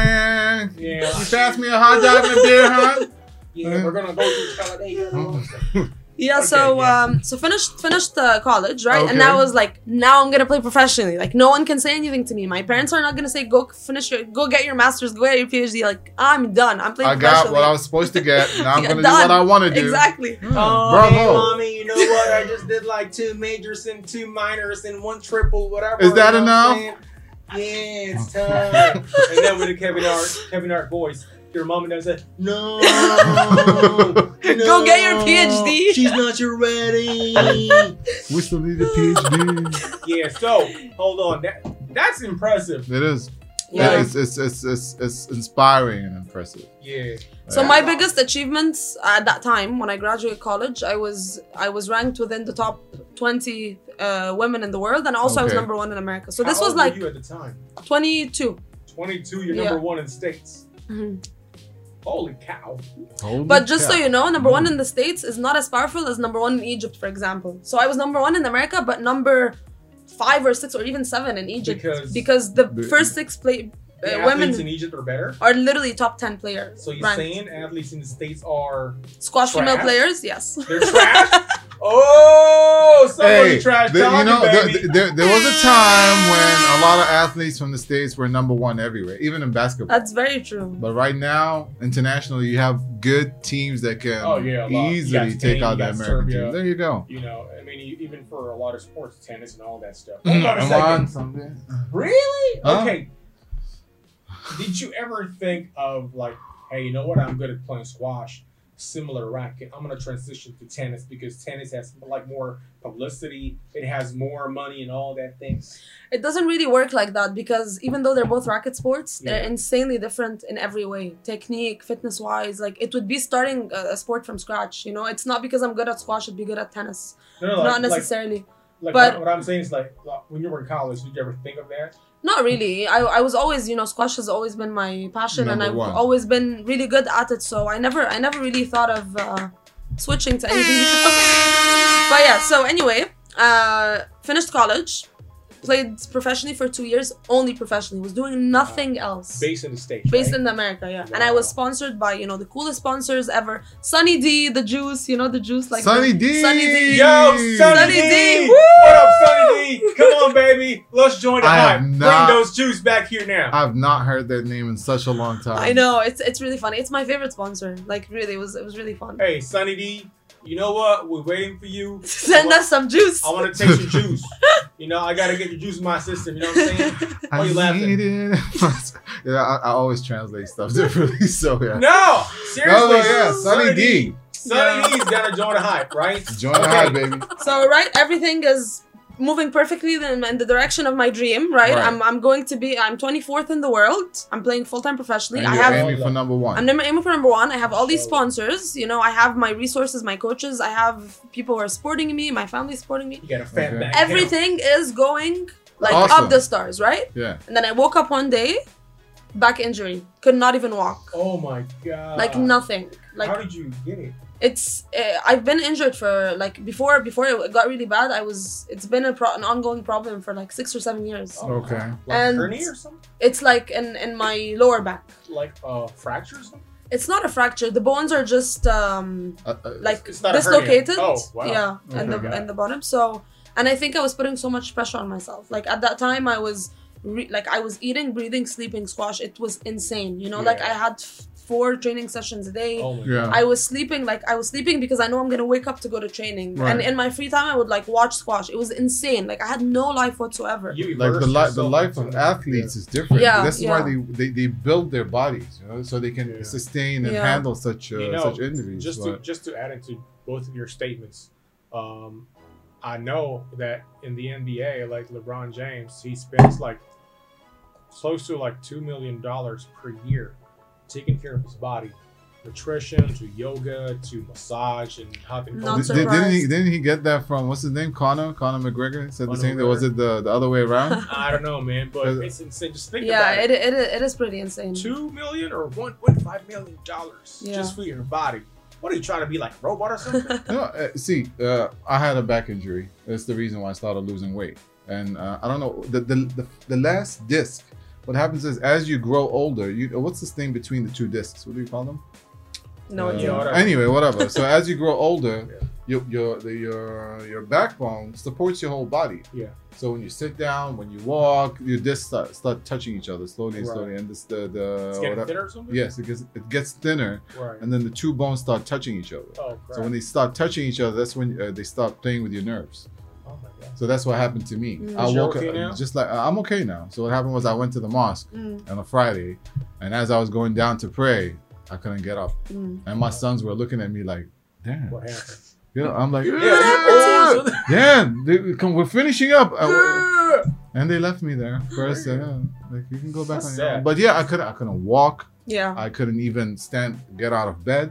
Speaker 2: Yeah.
Speaker 1: You pass me a hot dog and a beer, huh?
Speaker 3: (laughs)
Speaker 1: Uh-huh.
Speaker 2: Yeah, we're gonna go to Talladega. and all that stuff.
Speaker 3: Yeah, so
Speaker 2: Okay, yeah.
Speaker 3: um, so finished finished uh, college, right? And
Speaker 1: Okay.
Speaker 3: I was like, now I'm gonna play professionally. Like no one can say anything to me. My parents are not gonna say go finish your, go get your master's, go get your PhD. Like I'm done. I'm playing
Speaker 1: I got
Speaker 3: professionally.
Speaker 1: what I was supposed to get. Now I'm
Speaker 3: (laughs) Yeah,
Speaker 1: gonna do what
Speaker 3: done.
Speaker 1: I want to do. (laughs)
Speaker 3: Exactly. (laughs)
Speaker 1: Hmm,
Speaker 2: Oh, hey,
Speaker 1: bravo.
Speaker 2: mommy, you know what? I just did like two majors and two minors and one triple, whatever.
Speaker 1: Is that
Speaker 2: you know what I'm
Speaker 1: enough?
Speaker 2: saying? Yeah, it's (laughs) time. and then with the Kevin Hart, Kevin Hart voice, your mom and dad said, "No,
Speaker 3: Oh, Go
Speaker 1: (laughs)
Speaker 3: get your
Speaker 2: no,
Speaker 3: PhD."
Speaker 2: She's not your ready."
Speaker 1: We still need a PhD.
Speaker 2: yeah. So hold on, that that's impressive.
Speaker 1: it is.
Speaker 3: Yeah.
Speaker 1: It is it's, it's, it's, it's inspiring and impressive.
Speaker 2: Yeah.
Speaker 3: So
Speaker 1: Yeah.
Speaker 3: my biggest achievements at that time, when I graduated college, I was I was ranked within the top 20 uh, women in the world, and also I was
Speaker 1: Okay.
Speaker 3: number one in America. So this
Speaker 2: How
Speaker 3: was
Speaker 2: old were
Speaker 3: like
Speaker 2: you at the time.
Speaker 3: 22.
Speaker 2: 22, you're
Speaker 3: Yeah.
Speaker 2: number one in states. Holy cow.
Speaker 1: Holy
Speaker 3: But just so
Speaker 1: cow.
Speaker 3: you know, number one
Speaker 2: Mm-hmm.
Speaker 3: in the States is not as powerful as number one in Egypt, for example. So I was number one in America, but number five or six or even seven in Egypt
Speaker 2: Because-
Speaker 3: because, the
Speaker 1: The-
Speaker 3: first six
Speaker 2: The
Speaker 3: play uh,
Speaker 2: athletes
Speaker 3: women
Speaker 2: in Egypt are better.
Speaker 3: are literally top 10 players.
Speaker 2: So you're
Speaker 3: ranked.
Speaker 2: saying athletes in the states are
Speaker 3: squash female
Speaker 2: trash?
Speaker 3: players?
Speaker 2: (laughs)
Speaker 3: Yes.
Speaker 2: they're trash?
Speaker 3: (laughs)
Speaker 2: oh, somebody
Speaker 1: Hey,
Speaker 2: trash
Speaker 1: the-
Speaker 2: talking,
Speaker 1: you know, there,
Speaker 2: baby.
Speaker 1: there, there was a time when a lot
Speaker 3: (laughs)
Speaker 1: of athletes from the States were number one everywhere, even in basketball.
Speaker 3: That's very true.
Speaker 1: but right now, internationally, you have good teams that can
Speaker 2: Oh, yeah, a lot. You got
Speaker 1: easily
Speaker 2: Spain,
Speaker 1: take
Speaker 2: you
Speaker 1: out the
Speaker 2: got
Speaker 1: American
Speaker 2: Serbia.
Speaker 1: team. There you go.
Speaker 2: you know, I mean, e- even for a lot of sports, tennis and all that stuff. Hold on a
Speaker 1: Mm, I'm
Speaker 2: second.
Speaker 1: on something.
Speaker 2: Really?
Speaker 1: Huh?
Speaker 2: Okay. Did you ever think of like, hey, you know what? I'm good at playing squash, similar racket. I'm gonna transition to tennis because tennis has like more publicity. It has more money and all that things.
Speaker 3: It doesn't really work like that because even though they're both racket sports, they're
Speaker 2: Yeah.
Speaker 3: insanely different in every way technique, fitness wise. Like it would be starting a, a sport from scratch. You know, it's not because I'm good at squash, I'd be good at tennis.
Speaker 2: No, no,
Speaker 3: not
Speaker 2: like, like,
Speaker 3: necessarily.
Speaker 2: like
Speaker 3: but-
Speaker 2: what I'm saying is like, like, when you were in college, did you ever think of that?
Speaker 3: Not really. I, I was always, you know, squash has always been my passion, and
Speaker 1: Number
Speaker 3: I've
Speaker 1: one.
Speaker 3: always been really good at it. So I never I never really thought of uh, switching to anything. else. (laughs) but yeah. So anyway, uh, finished college, played professionally for two years, only professionally. Was doing nothing else.
Speaker 2: Based in the states.
Speaker 3: Based
Speaker 2: right?
Speaker 3: in America, yeah, and I was sponsored by you know the coolest sponsors ever, Sunny D, the juice, you know the juice like
Speaker 1: Sunny
Speaker 3: the-
Speaker 1: D.
Speaker 3: Sunny D,
Speaker 2: Yo, Sunny,
Speaker 3: Sunny
Speaker 2: D.
Speaker 3: D, woo!
Speaker 2: What up, Sunny D? Come on, baby. Let's join the
Speaker 1: I
Speaker 2: hype.
Speaker 1: have not-
Speaker 2: Bring those Jews back here now.
Speaker 1: I've not heard that name in such a long time.
Speaker 3: I know it's it's really funny. It's my favorite sponsor. Like really, it was it was really fun.
Speaker 2: hey, Sunny D, you know what? We're waiting for you.
Speaker 3: (laughs) Send us some juice.
Speaker 2: I want to taste your
Speaker 3: (laughs)
Speaker 2: juice. You know, I got to get the juice in my system. You know what I'm saying? Why
Speaker 1: I
Speaker 2: you laughing?
Speaker 1: need it. (laughs) yeah, I, I always translate stuff (laughs) differently. So yeah,
Speaker 2: No, seriously.
Speaker 1: No, no, yeah, Sunny D.
Speaker 2: Sunny D's got to join the hype, right?
Speaker 1: join the
Speaker 2: Okay.
Speaker 1: hype, baby.
Speaker 3: So right, everything is moving perfectly in, in the direction of my dream. Right,
Speaker 1: Right.
Speaker 3: I'm I'm going to be I'm 24th in the world. I'm playing full time professionally.
Speaker 1: And
Speaker 3: I
Speaker 1: you're
Speaker 3: have
Speaker 1: aiming for number one.
Speaker 3: I'm number- aiming for number one. I have all these
Speaker 2: So-
Speaker 3: sponsors. You know, I have my resources, my coaches. I have people who are supporting me. My family is supporting me.
Speaker 2: You got a fat
Speaker 1: Okay.
Speaker 2: back. now.
Speaker 3: Everything is going like
Speaker 1: Awesome.
Speaker 3: up the stars, right?
Speaker 1: yeah,
Speaker 3: And then I woke up one day, back injury, could not even walk,
Speaker 2: Oh, my God.
Speaker 3: like nothing, like
Speaker 2: How did you get it?
Speaker 3: it's uh, I've been injured for like before before it got really bad. I was it's been a pro- an ongoing problem for like six or seven years.
Speaker 2: Oh,
Speaker 1: Okay.
Speaker 2: Like
Speaker 3: And-
Speaker 2: hernia or something?
Speaker 3: It's like in in my lower back.
Speaker 2: Like a fracture or something?
Speaker 3: It's not a fracture. The bones are just um
Speaker 1: Uh, uh,
Speaker 3: like
Speaker 2: It's not a hernia.
Speaker 3: dislocated.
Speaker 2: Oh, wow.
Speaker 3: Yeah, and
Speaker 1: Okay.
Speaker 3: the and the bottom. So and I think I was putting so much pressure on myself. Like at that time, I was re- like I was eating, breathing, sleeping squash. It was insane. You know, like
Speaker 2: Yeah.
Speaker 3: I had f- four training sessions a day.
Speaker 2: Oh, my
Speaker 1: yeah.
Speaker 3: I was sleeping like I was sleeping because I know I'm gonna wake up to go to training.
Speaker 1: Right.
Speaker 3: And in my free time, I would like watch squash. It was insane. Like I had no life whatsoever.
Speaker 2: You
Speaker 1: like the
Speaker 2: immersed
Speaker 1: life, the
Speaker 2: yourself
Speaker 1: life of
Speaker 2: into-
Speaker 1: athletes is different.
Speaker 3: Yeah,
Speaker 1: That's
Speaker 3: yeah.
Speaker 1: why they, they they build their bodies, you know, so they can
Speaker 2: Yeah.
Speaker 1: sustain and
Speaker 3: Yeah.
Speaker 1: handle such uh,
Speaker 2: You know,
Speaker 1: such injuries.
Speaker 2: just to,
Speaker 1: but-
Speaker 2: just to add into both of your statements, um, I know that in the NBA, like LeBron James, he spends like close to like two million dollars per year taking care of his body, nutrition to yoga to massage and hopping.
Speaker 3: Not
Speaker 1: Did-
Speaker 3: I'm
Speaker 1: did- didn't he
Speaker 3: surprised.
Speaker 1: didn't he get that from what's his name? Connor Connor McGregor said
Speaker 2: Conor
Speaker 1: the same. thing. Was
Speaker 2: McGregor.
Speaker 1: it the the other way
Speaker 3: (laughs)
Speaker 1: around?
Speaker 2: I don't know, man, but it's insane. Just think
Speaker 3: yeah,
Speaker 2: about it.
Speaker 3: it, it, it is pretty insane.
Speaker 2: Two million or one point five million dollars
Speaker 3: Yeah.
Speaker 2: just for your body. What are you trying to be like a robot or something?
Speaker 1: no, uh, see, uh, I had a back injury. That's the reason why I started losing weight. And uh, I don't know the, the the the last disc. What happens is as you grow older, you uh, what's this thing between the two discs? What do you call them?
Speaker 3: No
Speaker 1: Uh,
Speaker 3: idea.
Speaker 2: whatever. (laughs)
Speaker 1: Anyway, whatever. so as you grow older, your your the, your your backbone supports your whole body.
Speaker 2: Yeah.
Speaker 1: So when you sit down, when you walk, your discs start, start touching each other slowly and
Speaker 2: Right.
Speaker 1: slowly, and this the the
Speaker 2: It's getting
Speaker 1: whatever-
Speaker 2: thinner or something?
Speaker 1: yes, it gets it gets thinner,
Speaker 2: Right.
Speaker 1: and then the two bones start touching each other.
Speaker 2: oh, crap.
Speaker 1: So when they start touching each other, that's when uh, they start playing with your nerves.
Speaker 2: oh, my God.
Speaker 1: So that's what happened to me.
Speaker 3: Mm.
Speaker 1: I
Speaker 2: Is you
Speaker 1: woke
Speaker 2: okay
Speaker 1: up
Speaker 2: now?
Speaker 1: just like I'm okay now. So what happened was I went to the mosque
Speaker 3: Mm,
Speaker 1: on a Friday, and as I was going down to pray, I couldn't get up,
Speaker 2: (laughs)
Speaker 3: mm.
Speaker 1: and my sons were looking at me like, "Damn,"
Speaker 2: What happened?
Speaker 1: you know. I'm like,
Speaker 2: Yeah,
Speaker 1: "Yeah,
Speaker 2: you-
Speaker 1: damn, dude, come, we're finishing up." I-
Speaker 2: oh,
Speaker 1: and they left me there first.
Speaker 2: Weird.
Speaker 1: uh, like you can go back
Speaker 2: That's
Speaker 1: on your own.
Speaker 2: sad.
Speaker 1: But yeah, I couldn't. I couldn't walk.
Speaker 3: (laughs) Yeah.
Speaker 1: I couldn't even stand, get out of bed.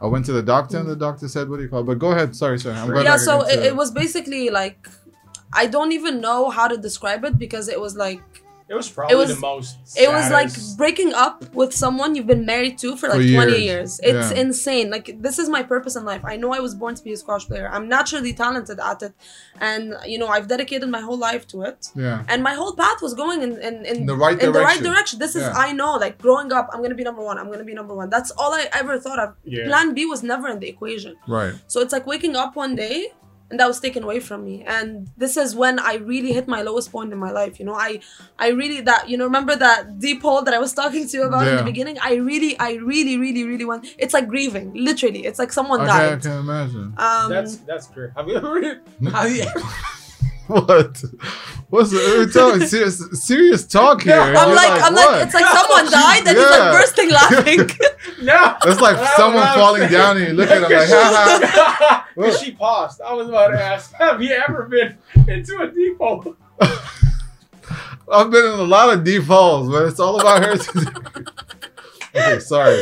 Speaker 1: I went to the doctor, and the doctor said, "What do you call?" It? But go ahead. Sorry, sorry. I'm going
Speaker 3: Mm. yeah
Speaker 1: back
Speaker 3: so
Speaker 1: again
Speaker 3: it,
Speaker 1: to-
Speaker 3: it was basically like i don't even know how to describe it because it was like
Speaker 2: it was probably
Speaker 3: was-
Speaker 2: the most.
Speaker 3: it was like
Speaker 2: saddest-
Speaker 3: breaking up with someone you've been married to for like
Speaker 1: For
Speaker 3: 20
Speaker 1: years.
Speaker 3: years it's
Speaker 1: Yeah.
Speaker 3: insane like this is my purpose in life i know i was born to be a squash player i'm naturally talented at it and you know i've dedicated my whole life to it
Speaker 1: yeah,
Speaker 3: and my whole path was going in in, in,
Speaker 1: In the right
Speaker 3: in the right
Speaker 1: direction.
Speaker 3: direction this is
Speaker 1: Yeah.
Speaker 3: i know like growing up i'm gonna be number one i'm gonna be number one that's all i ever thought of
Speaker 2: Yeah.
Speaker 3: plan b was never in the equation
Speaker 1: right.
Speaker 3: so it's like waking up one day and that was taken away from me. And this is when I really hit my lowest point in my life. You know, I I really that you know, remember that deep hole that I was talking to you about in
Speaker 1: Yeah.
Speaker 3: the beginning? I really, I really, really, really want it's like grieving, literally. It's like someone
Speaker 1: Okay, I
Speaker 3: died.
Speaker 1: can
Speaker 3: (laughs)
Speaker 1: imagine.
Speaker 3: Um
Speaker 2: That's
Speaker 1: (laughs)
Speaker 2: that's great. Have you (laughs) ever? Have you ever?
Speaker 1: What? What's the we're talking serious, serious
Speaker 3: (laughs)
Speaker 1: talk here? and
Speaker 3: I'm
Speaker 1: you're
Speaker 3: like, I'm
Speaker 1: what?
Speaker 3: like it's like someone died and he's
Speaker 1: Yeah.
Speaker 3: like bursting laughing. (laughs)
Speaker 2: No.
Speaker 1: (laughs) It's like
Speaker 2: That's
Speaker 1: someone
Speaker 2: what I'm
Speaker 1: falling
Speaker 2: saying.
Speaker 1: down and you look at them like,
Speaker 3: (laughs)
Speaker 1: ha ha.
Speaker 2: ha (laughs)
Speaker 1: Well-
Speaker 2: She paused. I was about to ask, have you ever been into a deep hole?
Speaker 1: I've been in a lot of deep holes, but it's all about her (laughs) today. okay,
Speaker 3: (laughs)
Speaker 1: sorry.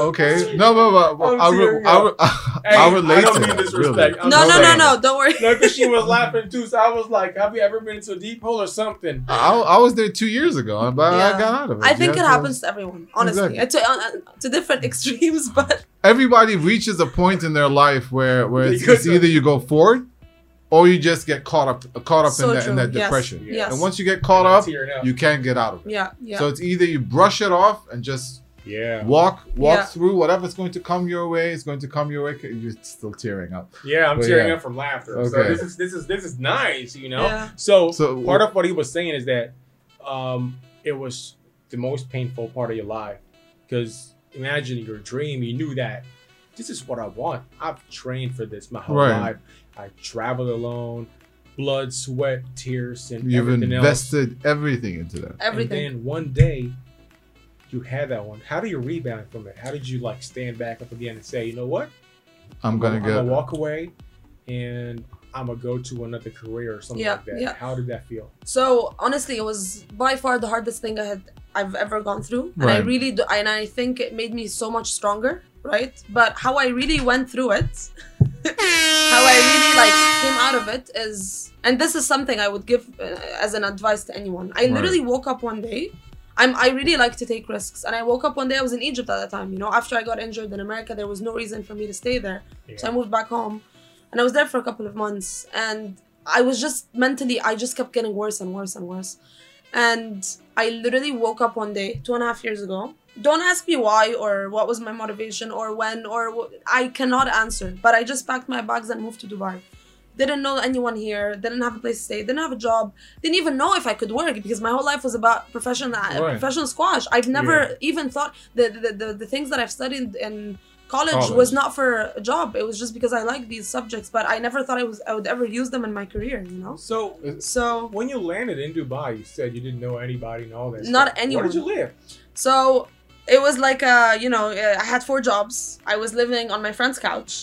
Speaker 1: Okay. No, but, but,
Speaker 2: I'm
Speaker 1: I, re-
Speaker 2: tearing
Speaker 1: I, re- (laughs)
Speaker 2: Hey,
Speaker 1: I relate
Speaker 2: I don't
Speaker 1: to
Speaker 2: mean
Speaker 1: that,
Speaker 2: disrespect.
Speaker 1: really.
Speaker 2: I'm
Speaker 3: no,
Speaker 2: just
Speaker 3: no, no,
Speaker 2: saying.
Speaker 3: no, don't
Speaker 1: (laughs)
Speaker 3: worry.
Speaker 2: No, because she was laughing too. So I was like, have you ever been into a deep hole or something?
Speaker 1: I, I was there two years ago, but I
Speaker 3: Yeah.
Speaker 1: got out of it.
Speaker 3: I think
Speaker 1: Yeah,
Speaker 3: it
Speaker 1: so-
Speaker 3: happens to everyone, honestly.
Speaker 1: Exactly.
Speaker 3: To, uh, to different (laughs) extremes, but
Speaker 1: Everybody reaches a point in their life where, where
Speaker 2: They
Speaker 1: it's,
Speaker 2: go
Speaker 1: it's
Speaker 2: to-
Speaker 1: either you go forward or you just get caught up caught up
Speaker 3: So
Speaker 1: in that in
Speaker 3: true.
Speaker 1: that
Speaker 3: Yes.
Speaker 1: depression.
Speaker 2: Yeah.
Speaker 3: yes.
Speaker 1: And once you get caught up,
Speaker 2: Tearing up.
Speaker 1: you can't get out of it.
Speaker 3: yeah, yeah.
Speaker 1: So it's either you brush it off and just
Speaker 2: Yeah.
Speaker 1: walk, walk
Speaker 3: Yeah.
Speaker 1: through whatever's going to come your way. It's going to come your way. You're still tearing up.
Speaker 2: Yeah, I'm
Speaker 1: But
Speaker 2: tearing
Speaker 1: yeah.
Speaker 2: up from laughter. So
Speaker 1: Okay.
Speaker 2: this is this is this is nice, you know.
Speaker 3: Yeah.
Speaker 2: So,
Speaker 1: So-
Speaker 2: part of what he was saying is that um, it was the most painful part of your life because imagine your dream. You knew that this is what I want. I've trained for this my whole
Speaker 1: Right.
Speaker 2: life. I traveled alone, blood, sweat, tears, and
Speaker 1: You've
Speaker 2: everything else.
Speaker 1: invested everything into that.
Speaker 3: everything.
Speaker 2: And then one day, you had that one. How do you rebound from it? How did you like stand back up again and say, you know what?
Speaker 1: I'm gonna
Speaker 2: I'm
Speaker 1: get.
Speaker 2: gonna walk away, and I'm gonna go to another career or something
Speaker 3: Yeah,
Speaker 2: like that.
Speaker 3: yeah.
Speaker 2: How did that feel?
Speaker 3: So honestly, it was by far the hardest thing I had I've ever gone through, and I
Speaker 1: Right.
Speaker 3: really do, and I think it made me so much stronger, right? But how I really went through it, how I really like came out of it is, and this is something I would give uh, as an advice to anyone. I
Speaker 1: Right.
Speaker 3: literally woke up one day. I'm, I really like to take risks, and I woke up one day. I was in Egypt at that time, you know. After I got injured in America, there was no reason for me to stay there. So I moved back home and I was there for a couple of months and I was just mentally I just kept getting worse and worse and worse. And I literally woke up one day, two and a half years ago. Don't ask me why or what was my motivation or when or wh- I cannot answer. But I just packed my bags and moved to Dubai. Didn't know anyone here. Didn't have a place to stay. Didn't have a job. Didn't even know if I could work because my whole life was about professional uh
Speaker 1: Right.
Speaker 3: professional squash. I've never even thought the the, the the things that I've studied in college,
Speaker 1: College.
Speaker 3: was not for a job. It was just because I like these subjects, but I never thought I was I would ever use them in my career. You know.
Speaker 2: So
Speaker 3: So
Speaker 2: when you landed in Dubai, you said you didn't know anybody and all that.
Speaker 3: Not
Speaker 2: stuff.
Speaker 3: anyone.
Speaker 2: Where did you live?
Speaker 3: so it was like uh you know uh, I had four jobs. I was living on my friend's couch.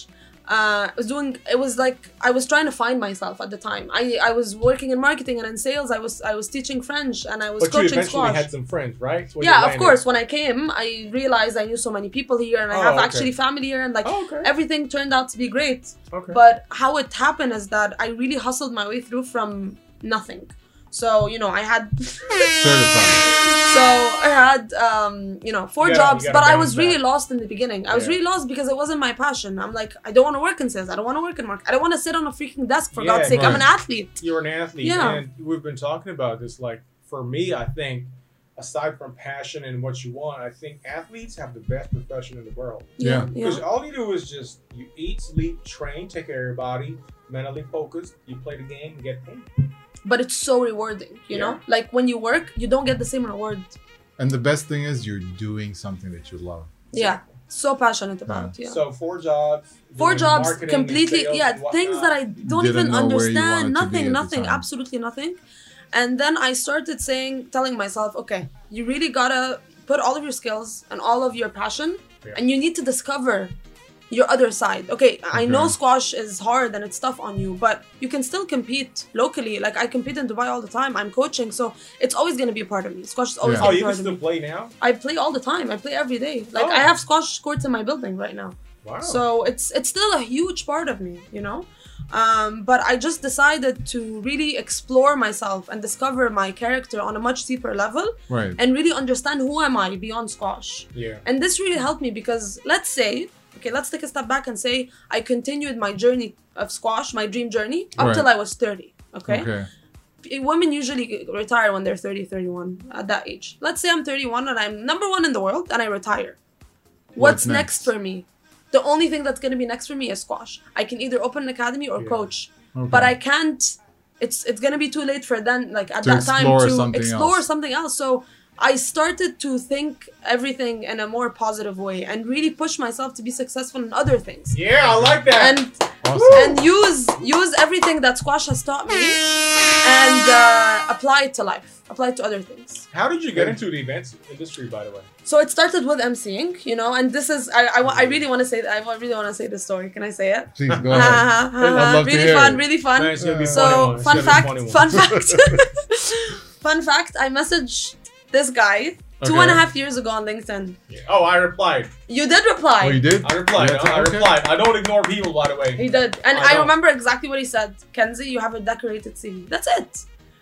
Speaker 3: Uh, I was doing. It was like I was trying to find myself at the time. I, I was working in marketing and in sales. I was I was teaching French and I was
Speaker 2: But you
Speaker 3: coaching
Speaker 2: eventually
Speaker 3: squash.
Speaker 2: had some friends, right? When you
Speaker 3: yeah, of
Speaker 2: landed.
Speaker 3: course. When I came, I realized I knew so many people here, and I
Speaker 2: Oh,
Speaker 3: have
Speaker 2: okay.
Speaker 3: actually family here, and like
Speaker 2: Oh, okay.
Speaker 3: everything turned out to be great.
Speaker 2: okay.
Speaker 3: But how it happened is that I really hustled my way through from nothing. So you know, I had
Speaker 1: Certified.
Speaker 3: so I had um, you know four
Speaker 2: You gotta-
Speaker 3: jobs,
Speaker 2: you
Speaker 3: but
Speaker 2: gotta
Speaker 3: I was
Speaker 2: bounce
Speaker 3: really
Speaker 2: back.
Speaker 3: lost in the beginning. I was
Speaker 2: Yeah.
Speaker 3: really lost because it wasn't my passion. I'm like, I don't want to work in sales. I don't want to work in marketing. I don't want to sit on a freaking desk for
Speaker 2: Yeah,
Speaker 3: God's sake. I'm
Speaker 1: right.
Speaker 3: an athlete.
Speaker 2: You're an athlete,
Speaker 3: Yeah.
Speaker 2: and we've been talking about this. Like for me, I think aside from passion and what you want, I think athletes have the best profession in the world.
Speaker 1: Yeah.
Speaker 3: yeah.
Speaker 2: Because all you do is just you eat, sleep, train, take care of your body, mentally focused, you play the game, and get paid.
Speaker 3: But it's so rewarding, you know? Like when you work, you don't get the same reward.
Speaker 1: And the best thing is you're doing something that you love.
Speaker 3: Yeah. So passionate about, yeah.
Speaker 2: So four jobs.
Speaker 3: Four
Speaker 2: doing
Speaker 3: jobs
Speaker 2: marketing and
Speaker 3: completely,
Speaker 2: sales
Speaker 3: yeah,
Speaker 2: and whatnot.
Speaker 3: things that I don't
Speaker 1: Didn't
Speaker 3: even
Speaker 1: know where you wanted
Speaker 3: understand.
Speaker 1: to be at
Speaker 3: Nothing,
Speaker 1: the
Speaker 3: nothing,
Speaker 1: time.
Speaker 3: absolutely nothing. And then I started saying, telling myself, okay, you really gotta put all of your skills and all of your passion,
Speaker 2: Yeah.
Speaker 3: and you need to discover your other side. Okay, I know
Speaker 1: Okay.
Speaker 3: squash is hard and it's tough on you, but you can still compete locally. Like I compete in Dubai all the time. I'm coaching, so it's always gonna be a part of me. Squash is always
Speaker 1: Yeah.
Speaker 2: Oh,
Speaker 3: gonna be
Speaker 2: you can
Speaker 3: a part of me.
Speaker 2: still play now?
Speaker 3: I play all the time. I play every day. Like
Speaker 2: Oh.
Speaker 3: I have squash courts in my building right now.
Speaker 2: Wow.
Speaker 3: So it's it's still a huge part of me, you know. Um, but I just decided to really explore myself and discover my character on a much deeper level
Speaker 1: Right.
Speaker 3: and really understand who am I beyond squash.
Speaker 2: yeah.
Speaker 3: And this really helped me because let's say, okay, let's take a step back and say I continued my journey of squash, my dream journey, up
Speaker 1: Right.
Speaker 3: till I was 30.
Speaker 1: Okay.
Speaker 3: Okay? P- eh, Women usually retire when they're 30, 31, at that age. Let's say I'm 31 and I'm number one in the world and I retire. What's,
Speaker 1: What's
Speaker 3: next?
Speaker 1: next?
Speaker 3: for me? The only thing that's going to be next for me is squash. I can either open an academy or
Speaker 2: Yeah.
Speaker 3: coach,
Speaker 1: Okay.
Speaker 3: but I can't. It's it's going to be too late for then, like at
Speaker 1: To
Speaker 3: that time,
Speaker 1: explore
Speaker 3: to
Speaker 1: something
Speaker 3: explore
Speaker 1: else.
Speaker 3: something else. So I started to think everything in a more positive way and really push myself to be successful in other things.
Speaker 2: Yeah, I like that.
Speaker 3: And
Speaker 1: awesome.
Speaker 3: and use use everything that squash has taught me and uh, apply it to life apply it to other things
Speaker 2: How did you get into the events industry, by the way?
Speaker 3: so it started with emceeing you know and this is i i, wa- I really want to say i wa- really want to say the story can i say it
Speaker 1: Please go
Speaker 3: Ha, (laughs)
Speaker 1: ahead.
Speaker 3: ha, ha, ha,
Speaker 1: I'd love to
Speaker 3: really
Speaker 1: hear
Speaker 3: fun
Speaker 1: it.
Speaker 3: really fun
Speaker 2: No, it's gonna be
Speaker 3: so
Speaker 2: 21. It's
Speaker 3: fun
Speaker 2: gonna be
Speaker 3: fact
Speaker 2: 21.
Speaker 1: (laughs)
Speaker 3: fun fact (laughs) fun fact i messaged this guy two
Speaker 1: Okay.
Speaker 3: and a half years ago on linkedin
Speaker 2: Yeah. Oh, I replied.
Speaker 3: you did reply
Speaker 1: (laughs) Oh, you did?
Speaker 2: I replied.
Speaker 1: Yeah,
Speaker 2: huh? I
Speaker 1: okay.
Speaker 2: replied. I don't ignore people, by the way.
Speaker 3: He did. And
Speaker 2: I
Speaker 3: I,
Speaker 2: don't.
Speaker 3: remember exactly what he said. Kenzie, you have a decorated CV. That's it.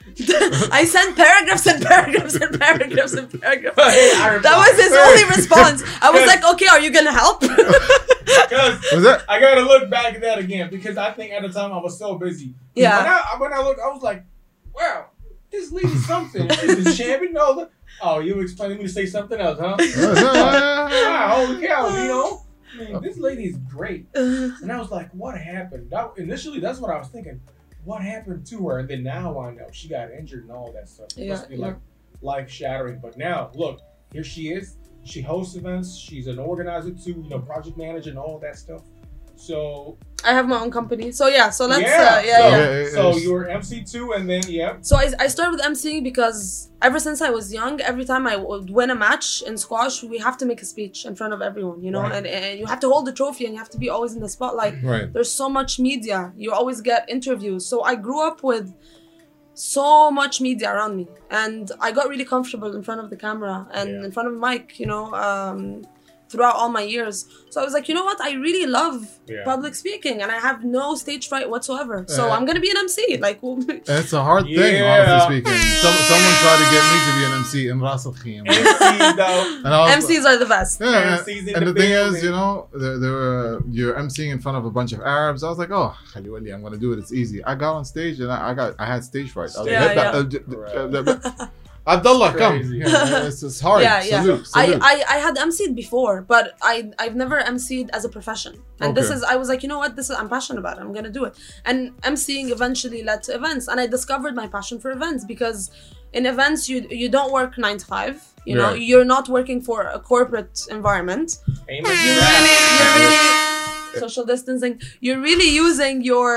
Speaker 3: (laughs) I sent paragraphs and paragraphs and paragraphs and (laughs) paragraphs.
Speaker 2: I
Speaker 3: That was his
Speaker 2: replied.
Speaker 3: only response. I was like, okay, are you gonna help? (laughs)
Speaker 2: Because
Speaker 1: Was that?
Speaker 2: I gotta look back at that again because I think at the time I was so busy. 'Cause
Speaker 3: Yeah.
Speaker 2: When I, when I looked, I was like, wow, this lady's something. She's
Speaker 3: (laughs)
Speaker 2: the champion. No, the- oh, you explaining me to say something else, huh? wow, holy cow, you know?
Speaker 3: (laughs)
Speaker 2: I mean, this lady is great. And I was like, what happened? That, initially, that's what I was thinking. What happened to her? And then now I know she got injured and all that stuff. It
Speaker 3: Yeah,
Speaker 2: must be
Speaker 3: yeah.
Speaker 2: like life shattering. But now, look, here she is. She hosts events. She's an organizer too, you know, project manager and all that stuff. So
Speaker 3: I have my own company. So yeah, so let's uh, yeah,
Speaker 2: so,
Speaker 3: yeah.
Speaker 1: Yeah, it
Speaker 2: so
Speaker 1: is.
Speaker 2: you were MC two, and then yeah,
Speaker 3: So I, I started with emceeing because ever since I was young, every time I would win a match in squash, we have to make a speech in front of everyone, you know,
Speaker 2: Right.
Speaker 3: and, and you have to hold the trophy and you have to be always in the spotlight.
Speaker 1: Right.
Speaker 3: there's so much media you always get interviews so i grew up with so much media around me and i got really comfortable in front of the camera and
Speaker 2: Yeah.
Speaker 3: in front of the mic you know um, throughout all my years so i was like you know what i really love
Speaker 2: Yeah. Uh-huh.
Speaker 3: public speaking and i have no stage fright whatsoever so
Speaker 1: Yeah.
Speaker 3: i'm gonna be an mc like (laughs)
Speaker 1: And it's a hard thing,
Speaker 2: Yeah.
Speaker 1: honestly speaking. Some, someone tried to get me to be an MC in Ras Al Khaimah.
Speaker 2: (laughs) MC though.
Speaker 1: And I was like-
Speaker 3: mcs are the best
Speaker 1: (laughs) Yeah, yeah.
Speaker 2: MCs in
Speaker 1: and
Speaker 2: the
Speaker 1: the, thing
Speaker 2: building.
Speaker 1: is, you know, there, there were you're emceeing in front of a bunch of Arabs. I was like, oh, Khaliwali, I'm gonna do it. It's easy. I got on stage and I, I got I had stage fright. I was
Speaker 2: Yeah,
Speaker 1: like,
Speaker 3: yeah.
Speaker 1: uh, d- d- uh, d- uh, Abdullah, come.
Speaker 2: Crazy.
Speaker 1: Yeah, (laughs) it's, it's hard.
Speaker 3: Yeah, yeah.
Speaker 1: Salute,
Speaker 3: I,
Speaker 1: salute.
Speaker 3: I, I had emceed before, but I I've never emceed as a profession. And this
Speaker 1: Okay.
Speaker 3: is I was like, you know what, this is I'm passionate about it. I'm gonna do it. And emceeing eventually led to events, and I discovered my passion for events because in events you you don't work nine to five. You know,
Speaker 1: Right.
Speaker 3: you're not working for a corporate environment.
Speaker 2: Aim at
Speaker 3: You
Speaker 2: that.
Speaker 3: really, (laughs) you really social distancing. You're really using your,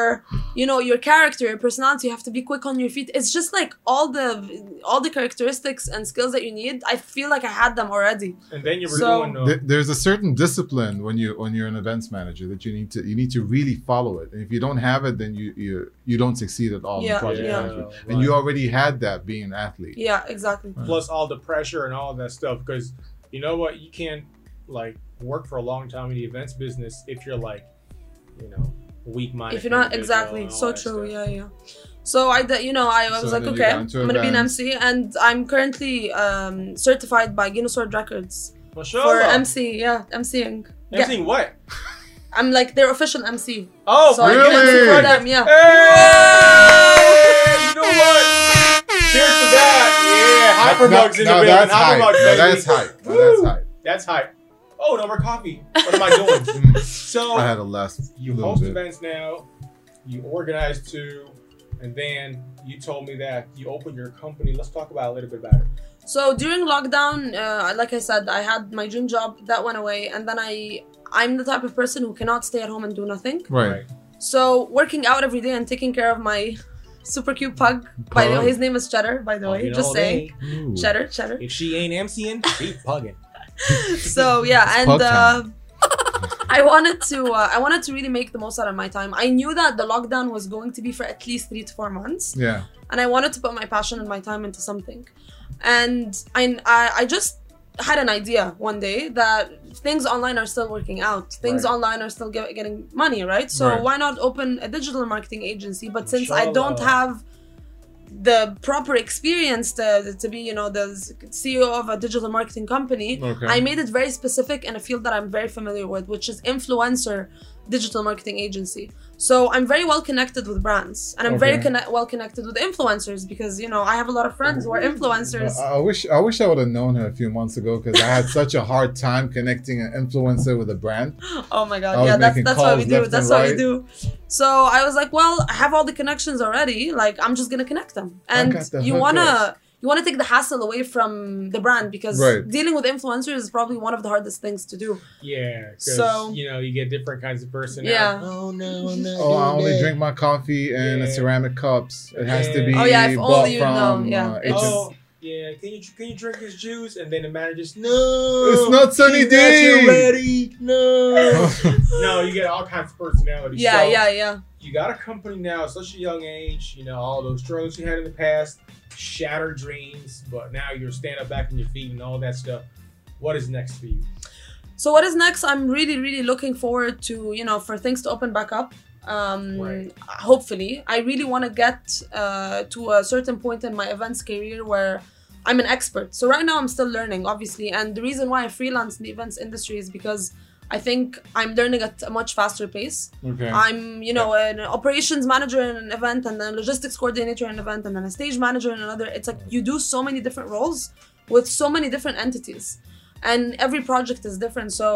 Speaker 3: you know, your character, your personality. You have to be quick on your feet. It's just like all the, all the characteristics and skills that you need. I feel like I had them already.
Speaker 2: And then you were
Speaker 3: So-
Speaker 2: doing. Uh,
Speaker 1: There- There's a certain discipline when you when you're an events manager that you need to you need to really follow it. And if you don't have it, then you you you don't succeed at all
Speaker 3: Yeah,
Speaker 1: in project
Speaker 3: yeah.
Speaker 1: management. And you already had that being an athlete.
Speaker 3: Yeah, exactly.
Speaker 2: plus all the pressure and all that stuff because you know what you can't like work for a long time in the events business if you're like you know weak minded
Speaker 3: if you're not exactly so true yeah yeah so i did- you know i, I
Speaker 1: So
Speaker 3: was
Speaker 1: then
Speaker 3: like
Speaker 1: you
Speaker 3: okay
Speaker 1: got
Speaker 3: i'm
Speaker 1: into
Speaker 3: gonna be an
Speaker 1: events.
Speaker 3: mc and i'm currently um certified by guinness world records
Speaker 2: well,
Speaker 3: for
Speaker 2: sure
Speaker 3: mc yeah mc'ing yeah.
Speaker 2: mc'ing what
Speaker 3: i'm like their official mc
Speaker 2: oh
Speaker 3: so i
Speaker 1: really?
Speaker 3: can MC for
Speaker 1: Right.
Speaker 3: them yeah
Speaker 2: hey you know what cheers to that yeah
Speaker 1: High
Speaker 2: I- Starbucks in the
Speaker 1: now
Speaker 2: building.
Speaker 1: that's hype.
Speaker 2: Starbucks,
Speaker 1: Now that's
Speaker 2: baby.
Speaker 1: hype. Now that's
Speaker 2: Woo.
Speaker 1: hype.
Speaker 2: That's hype. Oh, no more coffee. What am I
Speaker 1: (laughs)
Speaker 2: doing? (laughs)
Speaker 1: Mm, I
Speaker 2: So
Speaker 1: had a last
Speaker 2: you
Speaker 1: little
Speaker 2: host
Speaker 1: bit.
Speaker 2: events now, you organize two, and then you told me that you opened your company. Let's talk about a little bit about it.
Speaker 3: So during lockdown, uh, like I said, I had my dream job that went away, and then I I'm the type of person who cannot stay at home and do nothing.
Speaker 1: Right.
Speaker 3: So working out every day and taking care of my (laughs) super cute pug. By the
Speaker 1: Pug.
Speaker 3: way, his name is Cheddar. By
Speaker 2: Oh,
Speaker 3: the way,
Speaker 4: Fucking
Speaker 3: just
Speaker 4: all
Speaker 3: saying,
Speaker 4: day.
Speaker 1: Ooh.
Speaker 3: Cheddar, Cheddar.
Speaker 4: If she ain't emceeing, she pugging.
Speaker 3: (laughs) So yeah, and
Speaker 1: pug
Speaker 3: uh,
Speaker 1: time.
Speaker 3: (laughs) I wanted to uh, I wanted to really make the most out of my time. I knew that the lockdown was going to be for at least three to four months.
Speaker 1: Yeah.
Speaker 3: and I wanted to put my passion and my time into something. And I, I, I just had an idea one day that things online are still working out. Things
Speaker 2: Right.
Speaker 3: online are still get, getting money, right? So
Speaker 1: Right.
Speaker 3: why not open a digital marketing agency? But since I don't
Speaker 2: Inshallah.
Speaker 3: have the proper experience to, to be, you know, the CEO of a digital marketing company,
Speaker 1: Okay.
Speaker 3: I made it very specific in a field that I'm very familiar with, which is influencer digital marketing agency. So I'm very well connected with brands, and I'm very
Speaker 1: Okay.
Speaker 3: conne- well connected with influencers because you know I have a lot of friends who are
Speaker 1: (laughs)
Speaker 3: influencers. (gasps)
Speaker 1: I I wish I wish I would have known her a few months ago because I had such a hard time connecting an influencer with a brand.
Speaker 3: Oh my
Speaker 1: I
Speaker 3: god,
Speaker 1: was
Speaker 3: yeah, that's
Speaker 1: making
Speaker 3: that's what
Speaker 1: calls
Speaker 3: we do.
Speaker 1: left
Speaker 3: That's
Speaker 1: and
Speaker 3: what we
Speaker 1: right.
Speaker 3: do. So I was like, well, I have all the connections already. Like I'm just gonna connect them,
Speaker 1: I
Speaker 3: and
Speaker 1: got the
Speaker 3: you
Speaker 1: hook
Speaker 3: wanna.
Speaker 1: up.
Speaker 3: You want to take the hassle away from the brand because
Speaker 1: Right.
Speaker 3: dealing with influencers is probably one of the hardest things to do.
Speaker 2: Yeah, 'cause,
Speaker 3: So-
Speaker 2: you know you get different kinds of personalities.
Speaker 3: Yeah.
Speaker 4: Oh no, no.
Speaker 1: Oh, I only drink my coffee in
Speaker 2: Yeah.
Speaker 1: a ceramic cups. It has to be
Speaker 3: Oh, yeah, if only
Speaker 1: bought
Speaker 3: you
Speaker 1: from
Speaker 3: know, yeah.
Speaker 1: uh, agents.
Speaker 2: Oh, yeah. Can you can you drink this juice? And then the manager's no,
Speaker 4: No.
Speaker 1: It's not Sunny
Speaker 4: She's not
Speaker 1: Day.
Speaker 4: your ready.
Speaker 1: (laughs)
Speaker 4: No.
Speaker 2: no. You get all kinds of personalities.
Speaker 3: (gasps) Yeah,
Speaker 2: So
Speaker 3: yeah, yeah.
Speaker 2: You got a company now, at such a young age. You know all those struggles you had in the past, shattered dreams, but now you're standing up back on your feet and all that stuff. What is next for you?
Speaker 3: So what is next? I'm really, really looking forward to you know for things to open back up. Um,
Speaker 2: Right.
Speaker 3: Hopefully, I really want to get uh, to a certain point in my events career where I'm an expert. So right now I'm still learning, obviously, and the reason why I freelance in the events industry is because I think I'm learning at a much faster pace.
Speaker 1: okay.
Speaker 3: I'm, you know, an operations manager in an event, and then logistics coordinator in an event, and then a stage manager in another. It's like you do so many different roles with so many different entities, and every project is different. So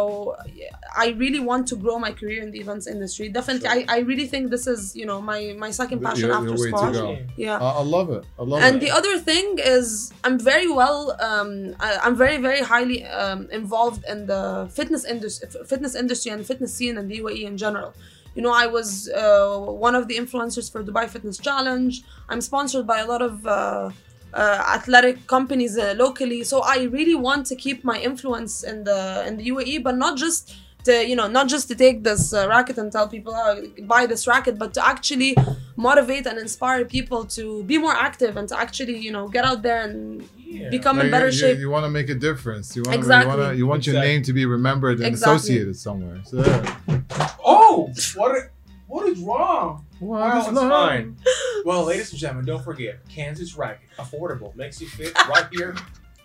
Speaker 3: yeah, I really want to grow my career in the events industry. Definitely, I, I really think this is, you know, my my second
Speaker 1: Your-
Speaker 3: passion
Speaker 1: your
Speaker 3: after
Speaker 1: way to
Speaker 3: squash.
Speaker 1: go.
Speaker 3: Yeah.
Speaker 1: I, I love it. I love
Speaker 3: And
Speaker 1: it.
Speaker 3: the other thing is, I'm very well. Um, I, I'm very, very highly um, involved in the fitness industry, fitness industry, and fitness scene in the UAE in general. You know, I was uh, one of the influencers for Dubai Fitness Challenge. I'm sponsored by a lot of uh, uh, athletic companies uh, locally, so I really want to keep my influence in the in the UAE, but not just. To, you know, not just to take this uh, racket and tell people, oh, buy this racket, but to actually motivate and inspire people to be more active and to actually you know get out there and
Speaker 2: Yeah.
Speaker 3: become
Speaker 1: Like,
Speaker 3: in better
Speaker 1: you,
Speaker 3: shape
Speaker 1: You, want to make a difference. You want
Speaker 3: Exactly.
Speaker 1: you, wanna, you want your
Speaker 2: Exactly.
Speaker 1: name to be remembered and
Speaker 3: Exactly.
Speaker 1: associated somewhere. So, yeah.
Speaker 2: Oh, what? i- What is wrong?
Speaker 1: well,
Speaker 2: Wow,
Speaker 1: I just
Speaker 2: it's
Speaker 1: love-
Speaker 2: fine. Well, ladies and gentlemen, don't forget Kansas Racket, affordable, makes you fit right here,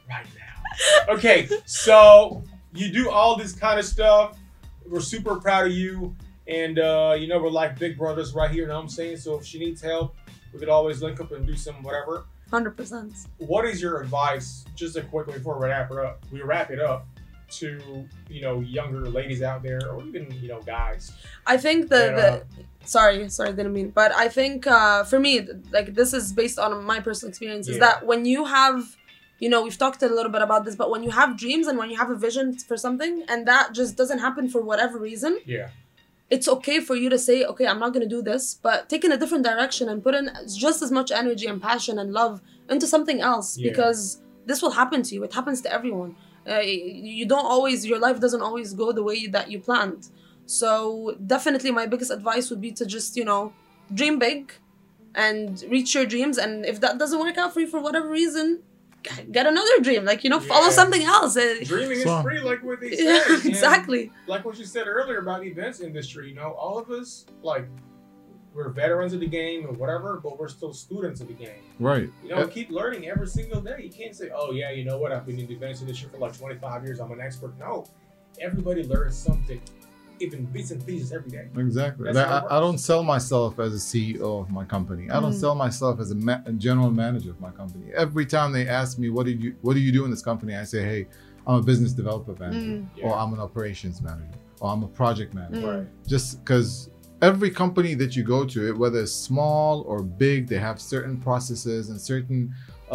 Speaker 2: right now. Okay, so you do all this kind of stuff. We're super proud of you, and uh, you know we're like big brothers right here. You know what I'm saying? So if she needs help, we could always link up and do some whatever.
Speaker 3: 100%
Speaker 2: What is your advice, just a quick way before we wrap it up? We wrap it up to you know younger ladies out there, or even you know guys.
Speaker 3: i think the,
Speaker 2: that, uh,
Speaker 3: the sorry sorry didn't mean but i think uh, for me th- like this is based on my personal experience is
Speaker 2: Yeah.
Speaker 3: that when you have you know we've talked a little bit about this but when you have dreams and when you have a vision for something and that just doesn't happen for whatever reason
Speaker 2: yeah,
Speaker 3: it's okay for you to say okay i'm not going to do this but take in a different direction and put in just as much energy and passion and love into something else
Speaker 2: Yeah.
Speaker 3: because this will happen to you it happens to everyone uh, you don't always your life doesn't always go the way that you planned so definitely my biggest advice would be to just you know dream big and reach your dreams and if that doesn't work out for you for whatever reason g- get another dream like you know follow
Speaker 2: Yeah.
Speaker 3: something else Uh,
Speaker 2: dreaming
Speaker 1: So-
Speaker 2: is free, like what they say.
Speaker 3: (laughs) yeah,
Speaker 2: and-
Speaker 3: exactly
Speaker 2: like what you said earlier about the events industry, you know, all of us, like, we're veterans of the game or whatever, but we're still students of the game.
Speaker 1: Right.
Speaker 2: You know, keep learning every single day. You can't say, oh, yeah, you know what, I've been in the events industry for like 25 years, I'm an expert. No, everybody learns something even bits and pieces every day.
Speaker 1: Exactly.
Speaker 2: That's
Speaker 1: Like,
Speaker 2: how it
Speaker 1: I, I don't sell myself as a CEO of my company. I don't
Speaker 3: Mm.
Speaker 1: sell myself as a, ma- a general manager of my company. Every time they ask me, "What do you What do you do in this company?" I say, "Hey, I'm a business developer manager,
Speaker 3: Mm.
Speaker 1: or I'm an operations manager, or I'm a project manager."
Speaker 3: Mm.
Speaker 1: Just because every company that you go to, it whether it's small or big, they have certain processes and certain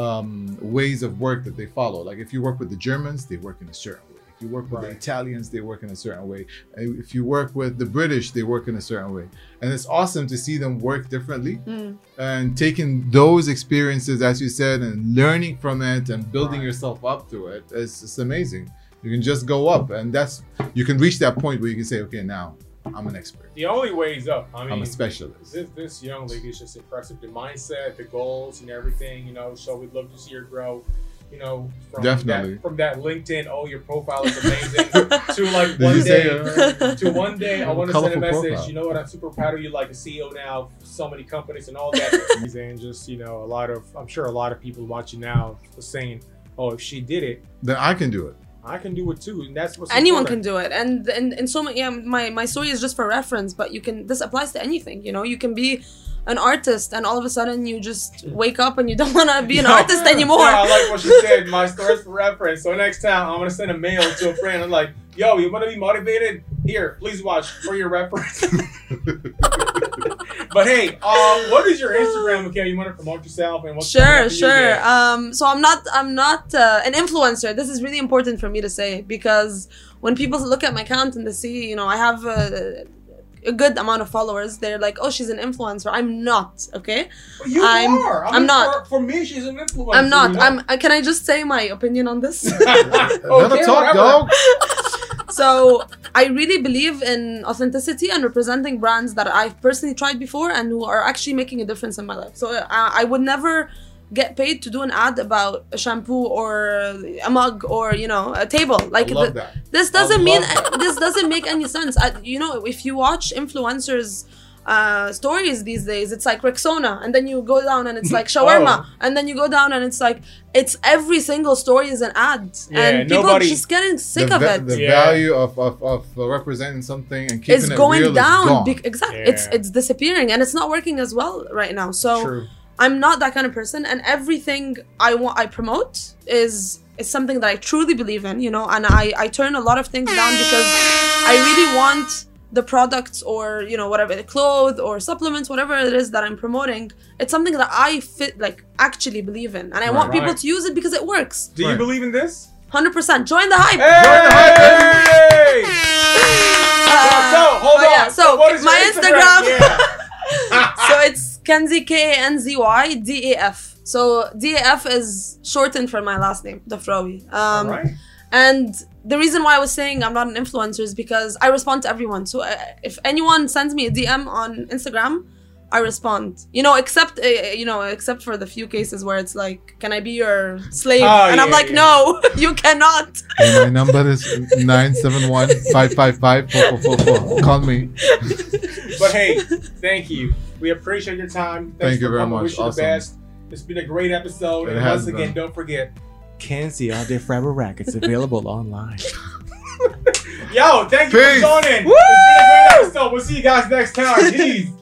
Speaker 1: um, ways of work that they follow. Like if you work with the Germans, they work in a certain way. If you work with the
Speaker 2: Right.
Speaker 1: Italians, they work in a certain way. And If you work with the British, they work in a certain way. And it's awesome to see them work differently
Speaker 3: (laughs) Mm.
Speaker 1: and taking those experiences, as you said, and learning from it and building
Speaker 2: Right.
Speaker 1: yourself up through it. It's, it's amazing. You can just go up, and that's you can reach that point where you can say, okay, now I'm an expert.
Speaker 2: The only way is up. I mean,
Speaker 1: I'm a specialist.
Speaker 2: This, this young lady is just impressive. The mindset, the goals, and everything. You know, so we'd love to see her grow. You know, from
Speaker 1: Definitely.
Speaker 2: that, from that LinkedIn. Oh, your profile is amazing. to
Speaker 1: (laughs)
Speaker 2: like
Speaker 1: Did
Speaker 2: one
Speaker 1: you
Speaker 2: day.
Speaker 1: say? uh,
Speaker 2: to one day, I want to send a
Speaker 1: Colorful
Speaker 2: message.
Speaker 1: profile.
Speaker 2: You know what? I'm super proud of you, like a CEO now, so many companies and all
Speaker 1: (laughs)
Speaker 2: that. and just you know, a lot of I'm sure a lot of people watching now are saying, "Oh, if she did it,
Speaker 1: then I can do it.
Speaker 2: I can do it too." And that's what's
Speaker 3: Anyone can do it, and and and so many. Yeah, my my story is just for reference, but you can. This applies to anything. You know, you can be an artist, and all of a sudden you just wake up and you (laughs) don't want to be an
Speaker 2: No.
Speaker 3: artist anymore.
Speaker 2: Yeah, I like what she
Speaker 3: (laughs)
Speaker 2: said. My story's for reference. So next time, I'm gonna send a mail to a friend. I'm like, "Yo, you want to be motivated? Here, please watch for your
Speaker 1: (laughs)
Speaker 2: reference." but hey, um, what is your Instagram account? You want to promote yourself and what's coming
Speaker 3: sure
Speaker 2: up for you
Speaker 3: sure
Speaker 2: guys?
Speaker 3: um so i'm not i'm not uh, an influencer this is really important for me to say because when people look at my account and they see you know i have a, a good amount of followers they're like oh she's an influencer i'm not okay
Speaker 2: But You
Speaker 3: I'm-
Speaker 2: are. I
Speaker 3: I'm
Speaker 2: mean,
Speaker 3: not.
Speaker 2: For, for me, she's an influencer.
Speaker 3: i'm not
Speaker 2: you know? (laughs)
Speaker 3: i'm uh, can i just say my opinion on this Oh,
Speaker 1: Let her
Speaker 2: Okay,
Speaker 1: talk,
Speaker 2: whatever.
Speaker 1: dog.
Speaker 3: so i really believe in authenticity and representing brands that i've personally tried before and who are actually making a difference in my life so uh, i would never get paid to do an ad about a shampoo or a mug or you know a table
Speaker 1: I
Speaker 3: like the-
Speaker 1: love that.
Speaker 3: this doesn't
Speaker 1: I
Speaker 3: mean
Speaker 1: love that.
Speaker 3: this doesn't make any sense I, you know if you watch influencers uh, stories these days it's like Rexona and then you go down and it's
Speaker 1: (laughs)
Speaker 3: like shawarma
Speaker 1: Oh.
Speaker 3: and then you go down and it's like it's every single story is an ad
Speaker 2: Yeah,
Speaker 3: and people
Speaker 2: nobody-
Speaker 3: are just getting sick
Speaker 1: the,
Speaker 3: of
Speaker 1: va-
Speaker 3: it
Speaker 1: The
Speaker 2: Yeah.
Speaker 1: value of, of, of representing something and keeping
Speaker 3: it's
Speaker 1: it
Speaker 3: going
Speaker 1: real is
Speaker 3: down
Speaker 1: gone.
Speaker 3: bec- exactly it's
Speaker 2: Yeah.
Speaker 3: it's disappearing and it's not working as well right now so
Speaker 2: True.
Speaker 3: I'm not that kind of person, and everything I want I promote is is something that I truly believe in, you know. And I I turn a lot of things down because I really want the products or you know whatever the clothes or supplements whatever it is that i'm promoting it's something that i fit like actually believe in and i want
Speaker 1: Right.
Speaker 3: people to use it because it works
Speaker 2: Do
Speaker 1: Right.
Speaker 2: you believe in this?
Speaker 3: 100% join the hype
Speaker 2: Hey!
Speaker 3: Uh,
Speaker 2: so, hold
Speaker 3: but
Speaker 2: on.
Speaker 3: yeah, so
Speaker 2: what is
Speaker 3: my
Speaker 2: your
Speaker 3: Instagram-
Speaker 2: Yeah.
Speaker 3: so it's Kenzie K A N Z Y D A F. So D A F is shortened for my last name, Dafrawi. (laughs) Um,
Speaker 2: All right.
Speaker 3: And the reason why I was saying I'm not an influencer is because I respond to everyone. So uh, if anyone sends me a DM on Instagram, I respond. You know, except uh, you know, except for the few cases where it's like, "Can I be your slave?"
Speaker 2: Oh,
Speaker 3: and I'm
Speaker 2: yeah,
Speaker 3: like,
Speaker 2: yeah.
Speaker 3: "No, (laughs) you cannot."
Speaker 1: And my number is 971-555-4444. Call me.
Speaker 2: But hey, thank you. We appreciate your time. Thanks
Speaker 1: Thank you
Speaker 2: for
Speaker 1: very
Speaker 2: coming.
Speaker 1: much.
Speaker 2: Wish you
Speaker 1: Awesome.
Speaker 2: the best. It's been a great episode.
Speaker 1: It
Speaker 2: and
Speaker 1: has
Speaker 2: once again,
Speaker 1: been.
Speaker 2: don't forget.
Speaker 4: Can see all day
Speaker 1: (laughs)
Speaker 4: forever rackets available online.
Speaker 2: Yo, thank you
Speaker 1: Peace. (laughs)
Speaker 2: for joining. It's been a great episode. We'll see you guys next time. Jeez.